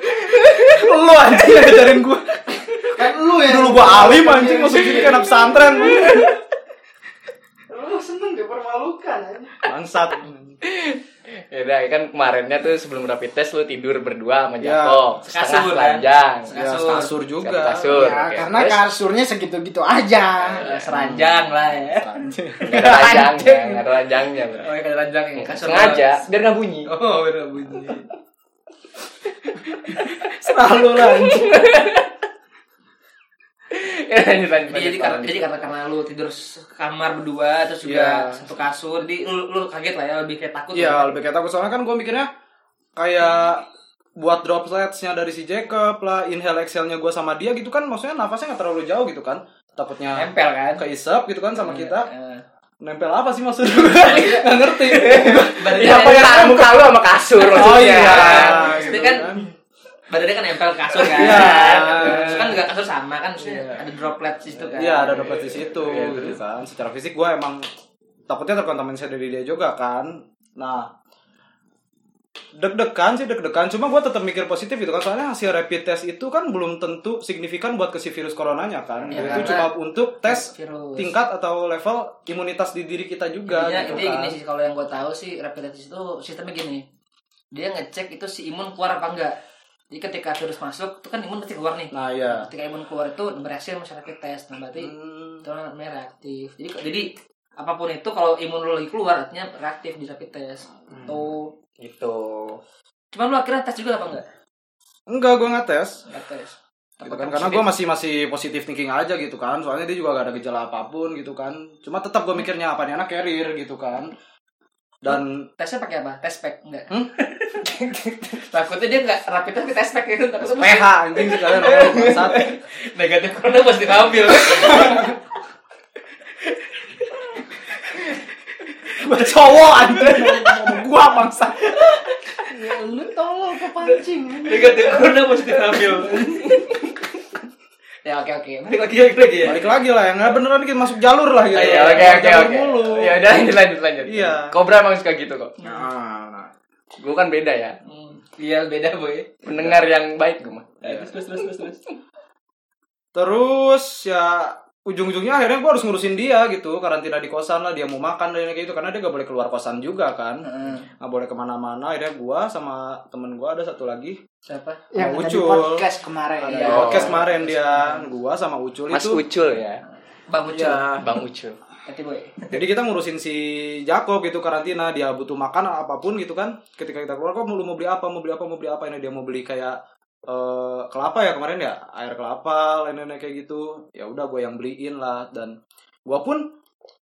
[SPEAKER 4] lu anjing yang ngajarin gue.
[SPEAKER 3] kan lu ya
[SPEAKER 4] Dulu gue alim anjing masuk sini kan pesantren.
[SPEAKER 3] lu seneng dipermalukan anjing.
[SPEAKER 4] Bangsat.
[SPEAKER 1] Ya udah, kan kemarinnya tuh sebelum rapid test lu tidur berdua sama
[SPEAKER 4] Ya.
[SPEAKER 1] Jakob, setengah
[SPEAKER 2] Sekasur, kan?
[SPEAKER 1] telanjang.
[SPEAKER 4] Ya,
[SPEAKER 2] Kasur.
[SPEAKER 4] kasur juga.
[SPEAKER 1] Kasur.
[SPEAKER 3] ya
[SPEAKER 1] oke.
[SPEAKER 3] karena
[SPEAKER 1] Terus?
[SPEAKER 3] kasurnya segitu-gitu aja
[SPEAKER 2] Ya, Seranjang lah ya.
[SPEAKER 1] Nggak ada ranjangnya, nggak ada ranjangnya. bro.
[SPEAKER 2] Oh, ya kan ranjang ya. Kasur
[SPEAKER 1] Sengaja, biar nggak bunyi.
[SPEAKER 2] Oh, bener bunyi.
[SPEAKER 4] Selalu lah anjing.
[SPEAKER 1] Ya, lanjut, lanjut, lanjut,
[SPEAKER 2] Jadi, jadi karena
[SPEAKER 1] lanjut.
[SPEAKER 2] jadi karena karena lu tidur kamar berdua terus juga
[SPEAKER 1] Iya.
[SPEAKER 2] satu kasur, jadi lu, lu kaget lah ya lebih kayak takut.
[SPEAKER 4] Iya,
[SPEAKER 2] ya.
[SPEAKER 4] lebih kayak takut soalnya kan gue mikirnya kayak buat dropletsnya dari si Jacob lah, inhale exhale-nya gue sama dia gitu kan, maksudnya nafasnya nggak terlalu jauh gitu kan, takutnya
[SPEAKER 2] nempel kan.
[SPEAKER 4] keisap gitu kan sama kita.
[SPEAKER 2] Eh,
[SPEAKER 4] Nempel apa sih maksudnya? Nggak ngerti.
[SPEAKER 2] Badannya
[SPEAKER 1] Ya, apa
[SPEAKER 2] nempel.
[SPEAKER 1] yang muka lu sama kasur maksudnya.
[SPEAKER 4] oh iya,
[SPEAKER 2] Maksudnya
[SPEAKER 4] gitu
[SPEAKER 2] kan badannya kan nempel ke kasur kan.
[SPEAKER 4] Iya.
[SPEAKER 2] Terus kan juga kasur sama kan, maksudnya ada droplet di situ kan.
[SPEAKER 4] Iya, ada droplet di situ
[SPEAKER 2] iya,
[SPEAKER 4] gitu kan. Secara fisik gue emang takutnya terkontaminasi dari dia juga kan. Nah, deg-degan sih deg-degan cuma gue tetap mikir positif gitu kan soalnya hasil rapid test itu kan belum tentu signifikan buat ke si virus coronanya kan
[SPEAKER 2] Iya,
[SPEAKER 4] itu
[SPEAKER 2] karena
[SPEAKER 4] cuma untuk tes
[SPEAKER 2] virus.
[SPEAKER 4] tingkat atau level imunitas di diri kita
[SPEAKER 2] Intinya,
[SPEAKER 4] juga gitu
[SPEAKER 2] Iya, intinya
[SPEAKER 4] kan
[SPEAKER 2] gini sih kalau yang gue tahu sih rapid test itu sistemnya gini. Dia ngecek itu si imun keluar apa enggak. Jadi ketika virus masuk, itu kan imun pasti keluar nih.
[SPEAKER 4] nah ya
[SPEAKER 2] Ketika imun keluar itu berhasil masyarakat rapid test. Nah, berarti
[SPEAKER 4] Hmm.
[SPEAKER 2] itu namanya reaktif jadi jadi apapun itu kalau imun lu lagi keluar artinya reaktif di rapid test
[SPEAKER 4] Hmm.
[SPEAKER 2] tuh
[SPEAKER 1] Gitu.
[SPEAKER 2] cuman lu akhirnya tes juga apa enggak
[SPEAKER 4] enggak gue nggak tes
[SPEAKER 2] Enggak tes
[SPEAKER 4] gitu kan karena gue masih masih positif thinking aja gitu kan soalnya dia juga gak ada gejala apapun gitu kan cuma tetap gue mikirnya apa nih anak carrier gitu kan dan
[SPEAKER 2] tesnya pakai apa tes pack enggak
[SPEAKER 4] Hmm?
[SPEAKER 2] takutnya dia enggak rapid test ke tes pack gitu, itu takut semua
[SPEAKER 4] PH anjing sekalian orang bangsat
[SPEAKER 2] negatif corona pasti diambil
[SPEAKER 4] Gua cowok anjing gue bangsa
[SPEAKER 3] ya lu tolol kepancing anjing.
[SPEAKER 2] negatif corona pasti diambil ya oke oke balik lagi balik lagi ya
[SPEAKER 4] balik lagi lah yang nggak beneran kita masuk jalur lah gitu
[SPEAKER 1] Iya, oke
[SPEAKER 4] Masuk
[SPEAKER 1] oke
[SPEAKER 4] jalur
[SPEAKER 1] oke.
[SPEAKER 4] mulu.
[SPEAKER 1] Ya udah lanjut lanjut lanjut.
[SPEAKER 4] Iya.
[SPEAKER 1] Kobra emang suka gitu kok.
[SPEAKER 4] Nah, nah.
[SPEAKER 1] Gue kan beda ya.
[SPEAKER 2] Hmm, iya beda boy
[SPEAKER 1] Pendengar yang baik gue mah.
[SPEAKER 2] Ya, terus terus terus terus terus
[SPEAKER 4] terus ya ujung-ujungnya akhirnya gue harus ngurusin dia gitu karantina di kosan lah dia mau makan dan kayak gitu karena dia gak boleh keluar kosan juga kan
[SPEAKER 1] Nah.
[SPEAKER 2] Heeh.
[SPEAKER 4] nggak boleh kemana-mana akhirnya gue sama temen gue ada satu lagi
[SPEAKER 2] siapa
[SPEAKER 3] yang
[SPEAKER 4] Mau
[SPEAKER 3] ada di
[SPEAKER 4] ucul.
[SPEAKER 3] podcast kemarin
[SPEAKER 4] Ada
[SPEAKER 2] Iya.
[SPEAKER 4] di podcast kemarin dia gua sama Ucul
[SPEAKER 1] Mas
[SPEAKER 4] itu.
[SPEAKER 1] Ucul ya.
[SPEAKER 2] bang muncul
[SPEAKER 4] Iya.
[SPEAKER 1] Bang Ucul.
[SPEAKER 2] hati boy
[SPEAKER 4] Jadi kita ngurusin si Jakob gitu karantina, dia butuh makan apapun gitu kan. Ketika kita keluar kok lu mau beli apa, mau beli apa, mau beli apa ini dia mau beli kayak eh, kelapa ya kemarin ya, air kelapa, lain-lain kayak gitu. Ya udah gue yang beliin lah dan gua pun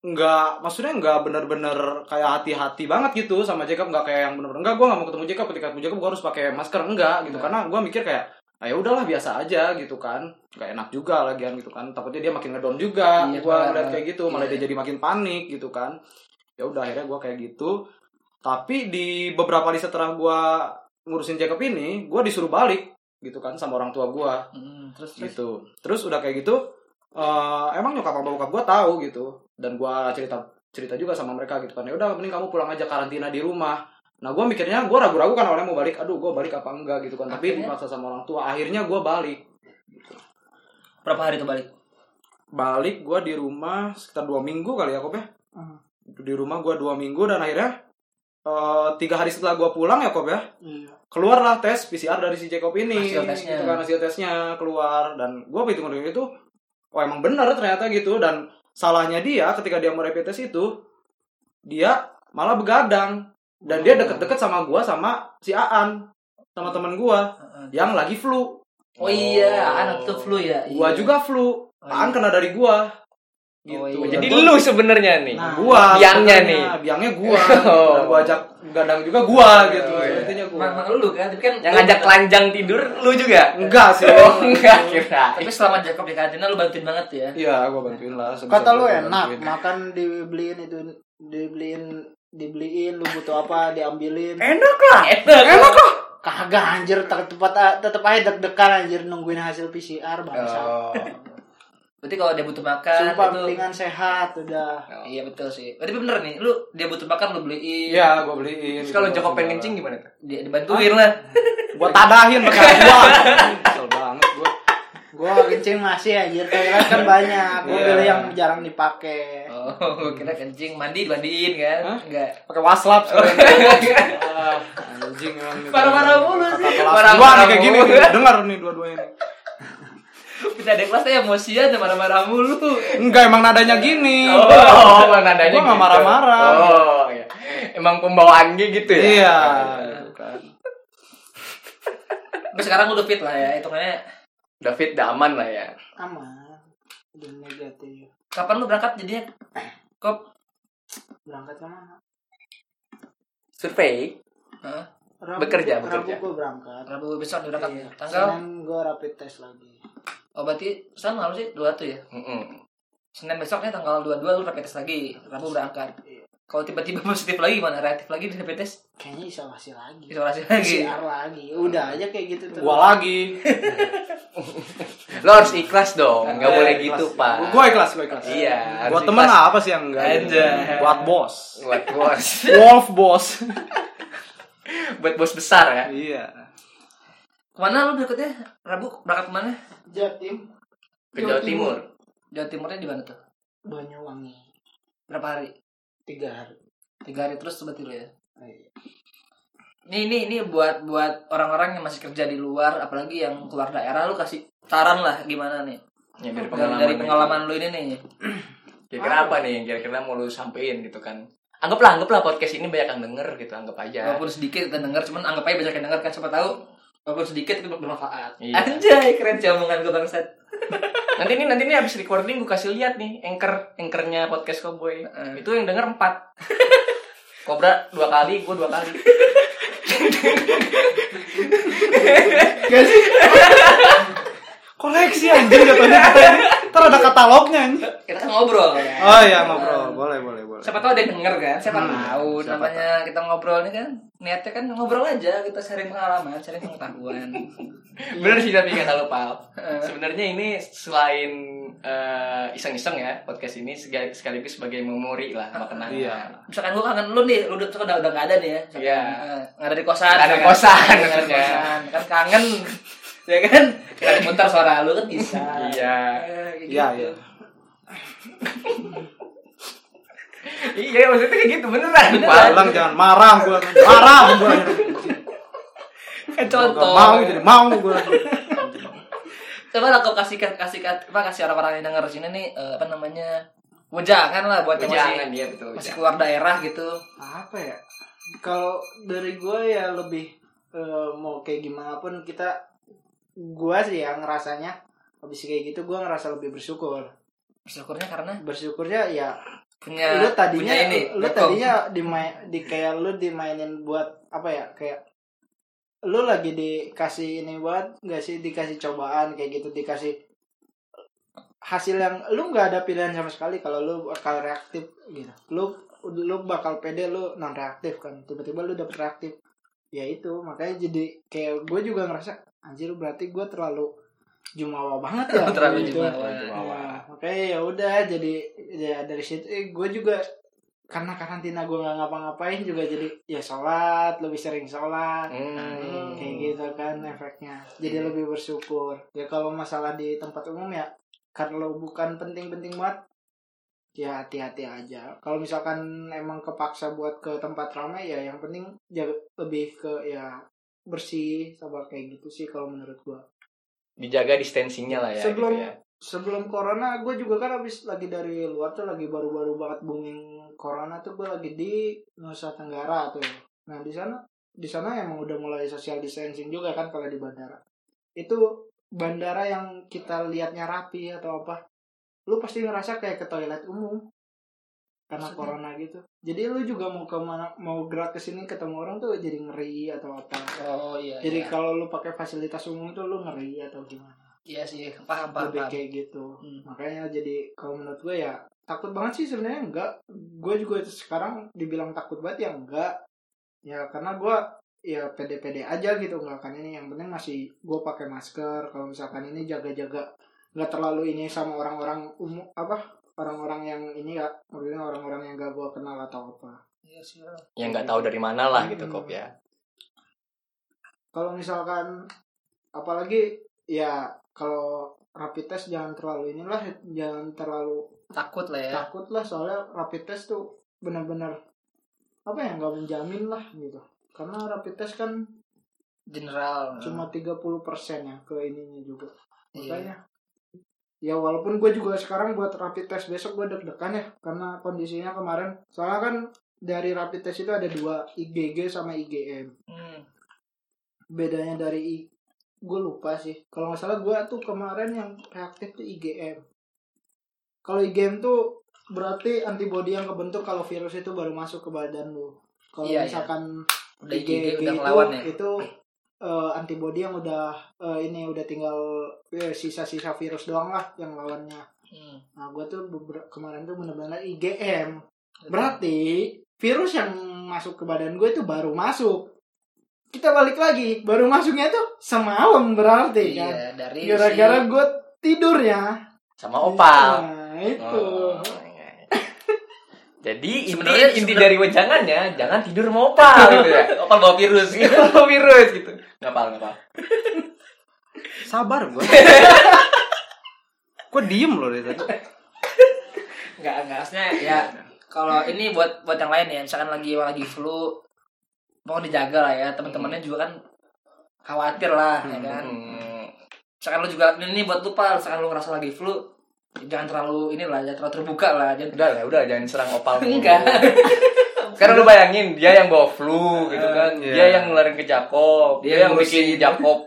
[SPEAKER 4] nggak maksudnya nggak bener-bener kayak hati-hati banget gitu sama Jacob nggak kayak yang bener-bener enggak gue nggak mau ketemu Jacob ketika ketemu Jacob gue harus pakai masker enggak gitu karena gue mikir kayak ah ya udahlah biasa aja gitu kan nggak enak juga lagian gitu kan takutnya dia makin ngedown juga
[SPEAKER 2] Iya,
[SPEAKER 4] gue
[SPEAKER 2] parah.
[SPEAKER 4] ngeliat kayak gitu malah
[SPEAKER 2] Iya.
[SPEAKER 4] dia jadi makin panik gitu kan ya udah akhirnya gue kayak gitu tapi di beberapa hari setelah gue ngurusin Jacob ini gue disuruh balik gitu kan sama orang tua gue
[SPEAKER 2] Mm, terus terus
[SPEAKER 4] gitu terus udah kayak gitu eh, emang nyokap sama bokap gue tahu gitu dan gue cerita cerita juga sama mereka gitu kan ya udah mending kamu pulang aja karantina di rumah nah gue mikirnya gue ragu-ragu kan awalnya mau balik aduh gue balik apa enggak gitu kan tapi
[SPEAKER 2] Akhirnya?
[SPEAKER 4] dipaksa sama orang tua akhirnya gue balik
[SPEAKER 2] berapa hari itu balik?
[SPEAKER 4] balik gue di rumah sekitar dua minggu kali ya Kob, ya
[SPEAKER 2] Ah.
[SPEAKER 3] Hmm.
[SPEAKER 4] di rumah gue dua minggu dan akhirnya eh, tiga hari setelah gue pulang ya Kob ya
[SPEAKER 3] Iya.
[SPEAKER 4] keluarlah tes PCR dari si Jacob ini
[SPEAKER 2] Hasil tesnya.
[SPEAKER 4] gitu kan hasil tesnya keluar dan gue hitung hitung itu oh emang bener ternyata gitu dan salahnya dia ketika dia mau rapid test itu dia malah begadang dan
[SPEAKER 2] Oh.
[SPEAKER 4] dia deket-deket sama gue sama si Aan sama teman gue yang lagi flu
[SPEAKER 2] Oh iya, anak tuh flu ya.
[SPEAKER 4] gue
[SPEAKER 2] Iya.
[SPEAKER 4] juga flu
[SPEAKER 2] Oh,
[SPEAKER 4] Aan
[SPEAKER 2] iya.
[SPEAKER 4] kena dari gue gitu
[SPEAKER 2] Oh, iya.
[SPEAKER 1] Jadi
[SPEAKER 4] Dan gua-
[SPEAKER 1] lu sebenarnya nih.
[SPEAKER 3] Nah,
[SPEAKER 4] gua
[SPEAKER 1] biangnya
[SPEAKER 4] sebenarnya,
[SPEAKER 1] nih.
[SPEAKER 4] biangnya gua gitu. dan gua ajak gadang juga gua gitu
[SPEAKER 1] Oh, iya.
[SPEAKER 4] intinya gua
[SPEAKER 2] Emang emang lu kan, tapi kan
[SPEAKER 1] Yang
[SPEAKER 2] lu-
[SPEAKER 1] ngajak telanjang tidur lu juga?
[SPEAKER 4] enggak sih
[SPEAKER 1] Oh, enggak kira.
[SPEAKER 2] Tapi selama Jacob di karantina lu bantuin banget ya.
[SPEAKER 4] Iya, gua bantuin lah. sebisa
[SPEAKER 3] Kata lu
[SPEAKER 4] gua
[SPEAKER 3] enak,
[SPEAKER 4] bantuin.
[SPEAKER 3] makan dibeliin itu dibeliin dibeliin lu butuh apa diambilin
[SPEAKER 2] Eh.
[SPEAKER 4] Enak lah.
[SPEAKER 1] Enak kok.
[SPEAKER 3] kagak anjir tetep tetep aja deg-degan anjir nungguin hasil PCR bangsa
[SPEAKER 2] Berarti kalau dia butuh makan
[SPEAKER 3] sumpah
[SPEAKER 2] itu
[SPEAKER 3] mendingan sehat udah
[SPEAKER 2] Iya betul sih. Tapi bener nih, lu dia butuh makan lu beliin,
[SPEAKER 4] Iya, gua beliin.
[SPEAKER 1] Terus kalau
[SPEAKER 4] Gua
[SPEAKER 1] Joko pengen
[SPEAKER 4] segala.
[SPEAKER 1] kencing gimana tuh?
[SPEAKER 2] dia dibantuin lah.
[SPEAKER 4] gua tadahin pakai gua. Kesel banget gua.
[SPEAKER 3] gua kencing masih anjir toilet kan banyak gua
[SPEAKER 4] Iya.
[SPEAKER 3] pilih yang jarang dipakai
[SPEAKER 2] Oh, kira kencing mandi dimandiin kan?
[SPEAKER 4] Hah?
[SPEAKER 2] Enggak.
[SPEAKER 4] Pakai waslap sekalian. Ah, Anjing emang gitu.
[SPEAKER 2] Parah-parah mulu
[SPEAKER 4] Kakak
[SPEAKER 2] sih.
[SPEAKER 4] kelas
[SPEAKER 2] Parah-parah
[SPEAKER 4] gua nih kayak gini,
[SPEAKER 2] mulu.
[SPEAKER 4] nih. dengar nih dua-duanya. nih.
[SPEAKER 2] Kita ada kelas tuh emosian dan marah-marah mulu.
[SPEAKER 4] Enggak, emang nadanya gini.
[SPEAKER 1] Oh, emang nadanya
[SPEAKER 4] Gua nggak
[SPEAKER 1] gitu.
[SPEAKER 4] marah-marah.
[SPEAKER 1] Oh, iya. Emang pembawaannya gitu ya?
[SPEAKER 4] Iya.
[SPEAKER 1] gitu kan.
[SPEAKER 2] Tapi sekarang udah fit lah ya, hitungannya.
[SPEAKER 1] David udah aman lah ya.
[SPEAKER 3] aman udah negatif
[SPEAKER 2] Kapan lu berangkat jadinya? Kop?
[SPEAKER 3] berangkat kemana
[SPEAKER 1] Survei.
[SPEAKER 2] Hah?
[SPEAKER 3] Rabu,
[SPEAKER 1] Bekerja,
[SPEAKER 3] Rabu
[SPEAKER 1] bekerja.
[SPEAKER 3] gua berangkat
[SPEAKER 2] Rabu besok nih berangkat.
[SPEAKER 3] Iya.
[SPEAKER 2] Tanggal?
[SPEAKER 3] Senin gua rapid test lagi
[SPEAKER 2] Oh berarti Senin malam sih 21 ya?
[SPEAKER 1] Mm-mm.
[SPEAKER 2] Senin besoknya tanggal 22 lu rapid test lagi. Rabu berangkat.
[SPEAKER 3] Iya.
[SPEAKER 2] Kalau tiba-tiba positif lagi gimana? Reaktif lagi di rapid test?
[SPEAKER 3] kayaknya isolasi lagi
[SPEAKER 2] Isolasi lagi.
[SPEAKER 3] PCR lagi udah aja kayak gitu terus
[SPEAKER 4] Gua lagi.
[SPEAKER 1] Lo harus ikhlas dong. Nggak
[SPEAKER 4] Eh,
[SPEAKER 1] boleh
[SPEAKER 4] ikhlas.
[SPEAKER 1] gitu, Pak.
[SPEAKER 4] Gua ikhlas, gua ikhlas.
[SPEAKER 1] Iya. harus
[SPEAKER 4] Buat temen
[SPEAKER 1] ikhlas.
[SPEAKER 4] apa sih yang enggak? gitu?
[SPEAKER 2] Anjay.
[SPEAKER 4] Buat bos.
[SPEAKER 1] Buat bos.
[SPEAKER 4] Wolf bos.
[SPEAKER 1] Buat bos besar ya.
[SPEAKER 4] Iya.
[SPEAKER 2] Kemana lu berikutnya? Rabu berangkat kemana?
[SPEAKER 3] Jatim
[SPEAKER 1] Ke Jawa Timur.
[SPEAKER 2] Jawa Timurnya di mana tuh?
[SPEAKER 3] Banyuwangi
[SPEAKER 2] Berapa hari?
[SPEAKER 3] tiga hari
[SPEAKER 2] Tiga hari terus berarti lu ya?
[SPEAKER 3] Oh, iya.
[SPEAKER 2] Ini ini ini buat buat orang-orang yang masih kerja di luar, apalagi yang keluar daerah lu kasih saran lah gimana nih?
[SPEAKER 1] Ya, dari pengalaman.
[SPEAKER 2] Pengalaman dari
[SPEAKER 1] itu.
[SPEAKER 2] pengalaman lu ini nih.
[SPEAKER 1] Kira-kira apa nih yang kira-kira mau lu sampein gitu kan? Anggaplah, anggaplah podcast ini banyak yang denger gitu, anggap aja.
[SPEAKER 2] Walaupun sedikit kita denger, cuman anggap aja banyak yang denger kan siapa tahu walaupun sedikit itu bermanfaat.
[SPEAKER 1] Iya.
[SPEAKER 2] Anjay, keren sih omongan gue bangsat.
[SPEAKER 1] Nanti nih, nanti nih abis recording gue kasih lihat nih, anchor, anchornya podcast Cowboy.
[SPEAKER 2] Heeh.
[SPEAKER 1] Itu yang denger empat. Kobra dua kali, gue dua kali.
[SPEAKER 4] Koleksi anjing jatuhnya kita ini. Ntar ada katalognya anjing.
[SPEAKER 2] Kita kan ngobrol ya.
[SPEAKER 4] Oh iya ngobrol, boleh boleh boleh.
[SPEAKER 2] Siapa tahu ada yang denger kan, siapa
[SPEAKER 4] Hmm,
[SPEAKER 2] tahu
[SPEAKER 4] siapa
[SPEAKER 2] namanya kita ngobrol nih kan. Niatnya kan ngobrol aja, kita sharing pengalaman, sharing pengetahuan.
[SPEAKER 1] Bener sih tapi kata lu Pal. Sebenarnya ini selain eh, iseng-iseng ya podcast ini sega- sekaligus sebagai memori lah sama kenangan.
[SPEAKER 4] Iya.
[SPEAKER 2] misalkan gue kangen lu nih, lu udah misalkan udah udah nggak ada nih ya, misalkan,
[SPEAKER 1] Iya.
[SPEAKER 2] eh, nggak ada di kosan,
[SPEAKER 1] Nggak ada
[SPEAKER 2] kan?
[SPEAKER 1] kosan,
[SPEAKER 2] Nggak ada di
[SPEAKER 1] maksudnya.
[SPEAKER 2] kosan, kan kangen, ya kan, kita putar suara lu kan bisa,
[SPEAKER 1] Iya.
[SPEAKER 2] Eh, kayak
[SPEAKER 4] Iya
[SPEAKER 2] gitu.
[SPEAKER 4] iya.
[SPEAKER 1] Iya maksudnya kayak gitu beneran. Pal.
[SPEAKER 4] Palang iya. jangan marah gua. Marah gua.
[SPEAKER 2] Kan
[SPEAKER 4] Gak
[SPEAKER 2] Contoh,
[SPEAKER 4] mau gitu. jadi mau gua.
[SPEAKER 2] coba lah kau kasih kasih apa kasih orang-orang yang denger sini nih eh, apa namanya, wejangan lah buat yang
[SPEAKER 1] Jangan
[SPEAKER 2] masih
[SPEAKER 1] dia betul. ya.
[SPEAKER 2] masih
[SPEAKER 1] jangan.
[SPEAKER 2] keluar daerah gitu.
[SPEAKER 3] apa ya kalau dari gue ya lebih eh, mau kayak gimana pun kita gue sih ya ngerasanya habis kayak gitu gue ngerasa lebih bersyukur
[SPEAKER 2] Bersyukurnya karena
[SPEAKER 3] bersyukurnya ya
[SPEAKER 2] punya
[SPEAKER 3] lu tadinya
[SPEAKER 2] punya ini,
[SPEAKER 3] lu
[SPEAKER 2] Jacob.
[SPEAKER 3] tadinya dimai- di kayak lu dimainin buat apa ya kayak lu lagi dikasih ini buat nggak sih dikasih cobaan kayak gitu dikasih hasil yang lu nggak ada pilihan sama sekali kalau lu bakal reaktif gitu lu lu bakal pede lu non reaktif kan tiba-tiba lu dapet reaktif ya itu makanya jadi kayak gue juga ngerasa anjir berarti gue terlalu jumawa banget ya
[SPEAKER 2] Terlalu
[SPEAKER 3] gitu.
[SPEAKER 2] jumawa.
[SPEAKER 3] Nah, makanya ya udah jadi ya dari situ eh, gue juga karena karantina gue nggak ngapa-ngapain juga jadi ya sholat lebih sering sholat
[SPEAKER 1] Hmm.
[SPEAKER 3] kayak gitu kan efeknya jadi lebih bersyukur ya kalau masalah di tempat umum ya kalau bukan penting-penting banget ya hati-hati aja kalau misalkan emang kepaksa buat ke tempat ramai ya yang penting jaga- lebih ke ya bersih sama kayak gitu sih kalau menurut gua
[SPEAKER 1] Dijaga distensinya lah ya.
[SPEAKER 3] Sebelum-
[SPEAKER 1] gitu ya.
[SPEAKER 3] sebelum corona gue juga kan habis lagi dari luar tuh lagi baru-baru banget booming corona tuh gue lagi di Nusa Tenggara tuh nah di sana di sana emang udah mulai social distancing juga kan kalau di bandara itu bandara yang kita lihatnya rapi atau apa lu pasti ngerasa kayak ke toilet umum karena
[SPEAKER 2] Maksudnya?
[SPEAKER 3] corona gitu jadi lu juga mau ke mana mau gerak ke sini ketemu orang tuh jadi ngeri atau apa
[SPEAKER 2] oh iya iya.
[SPEAKER 3] jadi kalau lu pakai fasilitas umum tuh lu ngeri atau gimana
[SPEAKER 2] iya sih paham paham,
[SPEAKER 3] lebih
[SPEAKER 2] paham.
[SPEAKER 3] kayak gitu
[SPEAKER 2] Hmm.
[SPEAKER 3] makanya jadi kalau menurut gue ya takut banget sih sebenarnya enggak gue juga sekarang dibilang takut banget ya enggak ya karena gue ya pede-pede aja gitu enggak kan ini yang penting masih gue pakai masker kalau misalkan ini jaga-jaga nggak terlalu ini sama orang-orang umum apa orang-orang yang ini ya maksudnya orang-orang yang gak gue kenal atau apa
[SPEAKER 2] Iya sih, Bang.
[SPEAKER 1] Yang Ya, nggak tahu dari mana lah gitu
[SPEAKER 3] Hmm.
[SPEAKER 1] kop ya.
[SPEAKER 3] kalau misalkan apalagi ya kalau rapid test jangan terlalu inilah jangan terlalu
[SPEAKER 2] takut lah ya
[SPEAKER 3] takut lah soalnya rapid test tuh benar-benar apa ya nggak menjamin lah gitu karena rapid test kan
[SPEAKER 2] general
[SPEAKER 3] cuma 30% ya ke ininya juga
[SPEAKER 2] iya.
[SPEAKER 3] makanya ya walaupun gue juga sekarang buat rapid test besok gue deg-degan ya karena kondisinya kemarin soalnya kan dari rapid test itu ada dua IgG sama IgM
[SPEAKER 2] Hmm.
[SPEAKER 3] bedanya dari I gue lupa sih kalau nggak salah gue tuh kemarin yang reaktif tuh IgM kalau IgM tuh berarti antibodi yang kebentuk kalau virus itu baru masuk ke badan lu kalau
[SPEAKER 2] Iya, iya.
[SPEAKER 3] misalkan
[SPEAKER 2] udah
[SPEAKER 3] IgG
[SPEAKER 2] IgG udah
[SPEAKER 3] itu- gitu.
[SPEAKER 2] ngelawan ya
[SPEAKER 3] itu, eh, antibodi yang udah eh, ini udah tinggal eh, sisa-sisa virus doang lah yang lawannya
[SPEAKER 2] Hmm.
[SPEAKER 3] nah gue tuh beber- kemarin tuh bener-bener IgM Berarti virus yang masuk ke badan gue itu baru masuk. Kita balik lagi, baru masuknya itu semalam berarti
[SPEAKER 2] iya
[SPEAKER 3] kan.
[SPEAKER 2] dari
[SPEAKER 3] Gara-gara
[SPEAKER 2] si-
[SPEAKER 3] gue tidur ya.
[SPEAKER 1] Sama opal.
[SPEAKER 3] Nah, itu.
[SPEAKER 1] Oh, iya. Jadi inti
[SPEAKER 2] Sebenarnya-
[SPEAKER 1] inti
[SPEAKER 2] sebenarnya-
[SPEAKER 1] dari wejangannya jangan tidur sama opal gitu ya.
[SPEAKER 2] opal bawa virus gitu.
[SPEAKER 1] Sama virus gitu. Ngapal ngapal.
[SPEAKER 4] Sabar gue. Kok diem loh dari tadi?
[SPEAKER 2] Enggak, enggak. Maksudnya ya kalau ini buat buat yang lain ya, misalkan lagi lagi flu mau dijaga lah ya, teman-temannya juga kan khawatir lah ya kan.
[SPEAKER 1] Hmm.
[SPEAKER 2] Misalkan lu juga ini buat lu Pal, misalkan lu ngerasa lagi flu jangan terlalu inilah, jangan terlalu terbuka lah. Jangan
[SPEAKER 1] Udah lah, udah jangan serang opal mulu.
[SPEAKER 2] Enggak.
[SPEAKER 1] Karena Kan lu bayangin dia yang bawa flu gitu kan,
[SPEAKER 4] Iya.
[SPEAKER 1] dia yang ngeluarin ke Jakob, dia,
[SPEAKER 4] Dia
[SPEAKER 1] yang bikin
[SPEAKER 4] ngurusin.
[SPEAKER 1] Jakob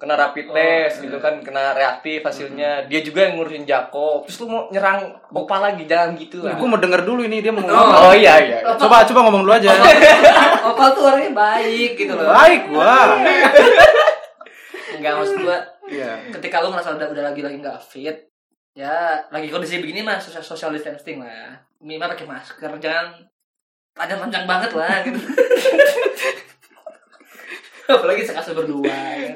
[SPEAKER 1] kena rapid
[SPEAKER 2] Oh,
[SPEAKER 1] test gitu kan, kena reaktif hasilnya. Dia juga yang ngurusin Jakob. Terus lu mau nyerang opal lagi jangan gitu lah.
[SPEAKER 4] Gue mau denger dulu ini dia mau ngomong. apa.
[SPEAKER 1] Oh iya iya. iya.
[SPEAKER 4] Coba coba ngomong dulu aja.
[SPEAKER 2] Oh. opal tuh orangnya baik gitu loh.
[SPEAKER 4] Baik gua.
[SPEAKER 2] Enggak maksud gua
[SPEAKER 4] Iya.
[SPEAKER 2] ketika lu ngerasa udah udah lagi lagi nggak fit ya lagi kondisi begini mah social, social distancing lah minimal pakai masker jangan panjang-panjang banget lah gitu apalagi sekasur berdua ya.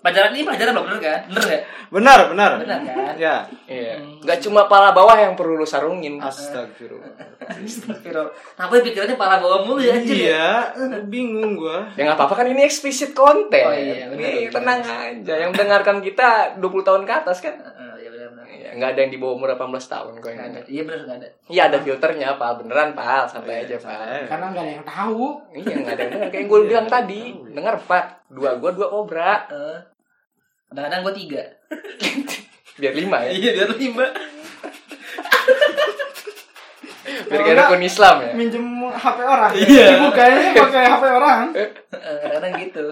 [SPEAKER 2] pelajaran ini pelajaran belum bener kan bener ya
[SPEAKER 4] Benar, benar.
[SPEAKER 2] benar kan
[SPEAKER 4] Ya.
[SPEAKER 1] Iya. Nggak cuma pala bawah yang perlu lu sarungin.
[SPEAKER 4] Astagfirullah.
[SPEAKER 2] Astagfirullah. Kenapa pikirannya pala bawah mulu ya anjir ya?
[SPEAKER 4] Iya, bingung gua.
[SPEAKER 1] Ya nggak apa-apa kan ini eksplisit konten.
[SPEAKER 2] Oh, iya, bener,
[SPEAKER 1] Nih,
[SPEAKER 2] bener.
[SPEAKER 1] tenang aja. Yang mendengarkan kita 20 tahun ke atas kan.
[SPEAKER 2] Heeh, Iya benar benar.
[SPEAKER 1] Iya, nggak ada yang di bawah umur 18 tahun kok yang
[SPEAKER 2] Nggak
[SPEAKER 1] ada.
[SPEAKER 2] ada. Iya benar nggak ada.
[SPEAKER 1] Iya ada filternya, Pak. Beneran, Pak. Iya, Santai aja, Pak.
[SPEAKER 4] Eh,
[SPEAKER 3] Karena nggak ada yang tahu.
[SPEAKER 1] Iya, nggak ada yang dengar. Kayak yang gue bilang tadi. Dengar, Pak. Dua gua, dua kobra.
[SPEAKER 2] Eh, Kadang-kadang gue tiga.
[SPEAKER 1] Biar lima ya.
[SPEAKER 2] Iya dia lima.
[SPEAKER 1] Biar kayak rukun Islam ya.
[SPEAKER 3] Minjem HP orang. Dibukanya pakai HP orang.
[SPEAKER 2] Eh, kadang gitu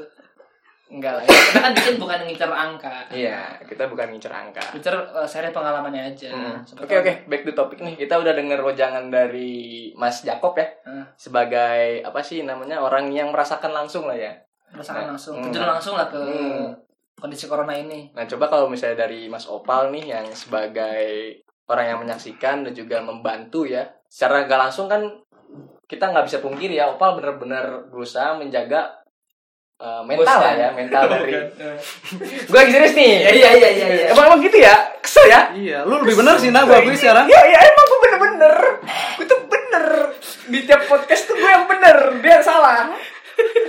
[SPEAKER 2] enggak lah ya. kita kan bikin bukan ngincer angka
[SPEAKER 1] Iya, kita bukan ngincer angka.
[SPEAKER 2] ngincer eh, sharing pengalamannya aja
[SPEAKER 1] Hmm.
[SPEAKER 2] Siapa
[SPEAKER 1] Oke oke,
[SPEAKER 2] tahu-
[SPEAKER 1] back to topic nih. Kita udah denger wajangan dari Mas Jakob ya.
[SPEAKER 2] Hmm.
[SPEAKER 1] Sebagai apa sih namanya orang yang merasakan langsung lah ya.
[SPEAKER 2] merasakan langsung
[SPEAKER 1] Hmm.
[SPEAKER 2] terjun langsung lah ke
[SPEAKER 1] Hmm.
[SPEAKER 2] kondisi corona ini
[SPEAKER 1] Nah, coba kalau misalnya dari Mas Opal nih yang sebagai orang yang menyaksikan dan juga membantu ya. Secara nggak langsung kan kita nggak bisa pungkiri ya Opal bener-bener berusaha menjaga eh, mental
[SPEAKER 2] Bosnya.
[SPEAKER 1] lah ya mental dari
[SPEAKER 2] Eh,
[SPEAKER 1] gue lagi serius nih
[SPEAKER 2] Iya, iya, iya, iya, iya.
[SPEAKER 1] emang emang gitu ya kesel ya
[SPEAKER 4] Iya, lu lebih bener sih nah gua akui sekarang.
[SPEAKER 1] ya ya emang gue bener-bener gue tuh bener di tiap podcast tuh gue yang bener dia yang salah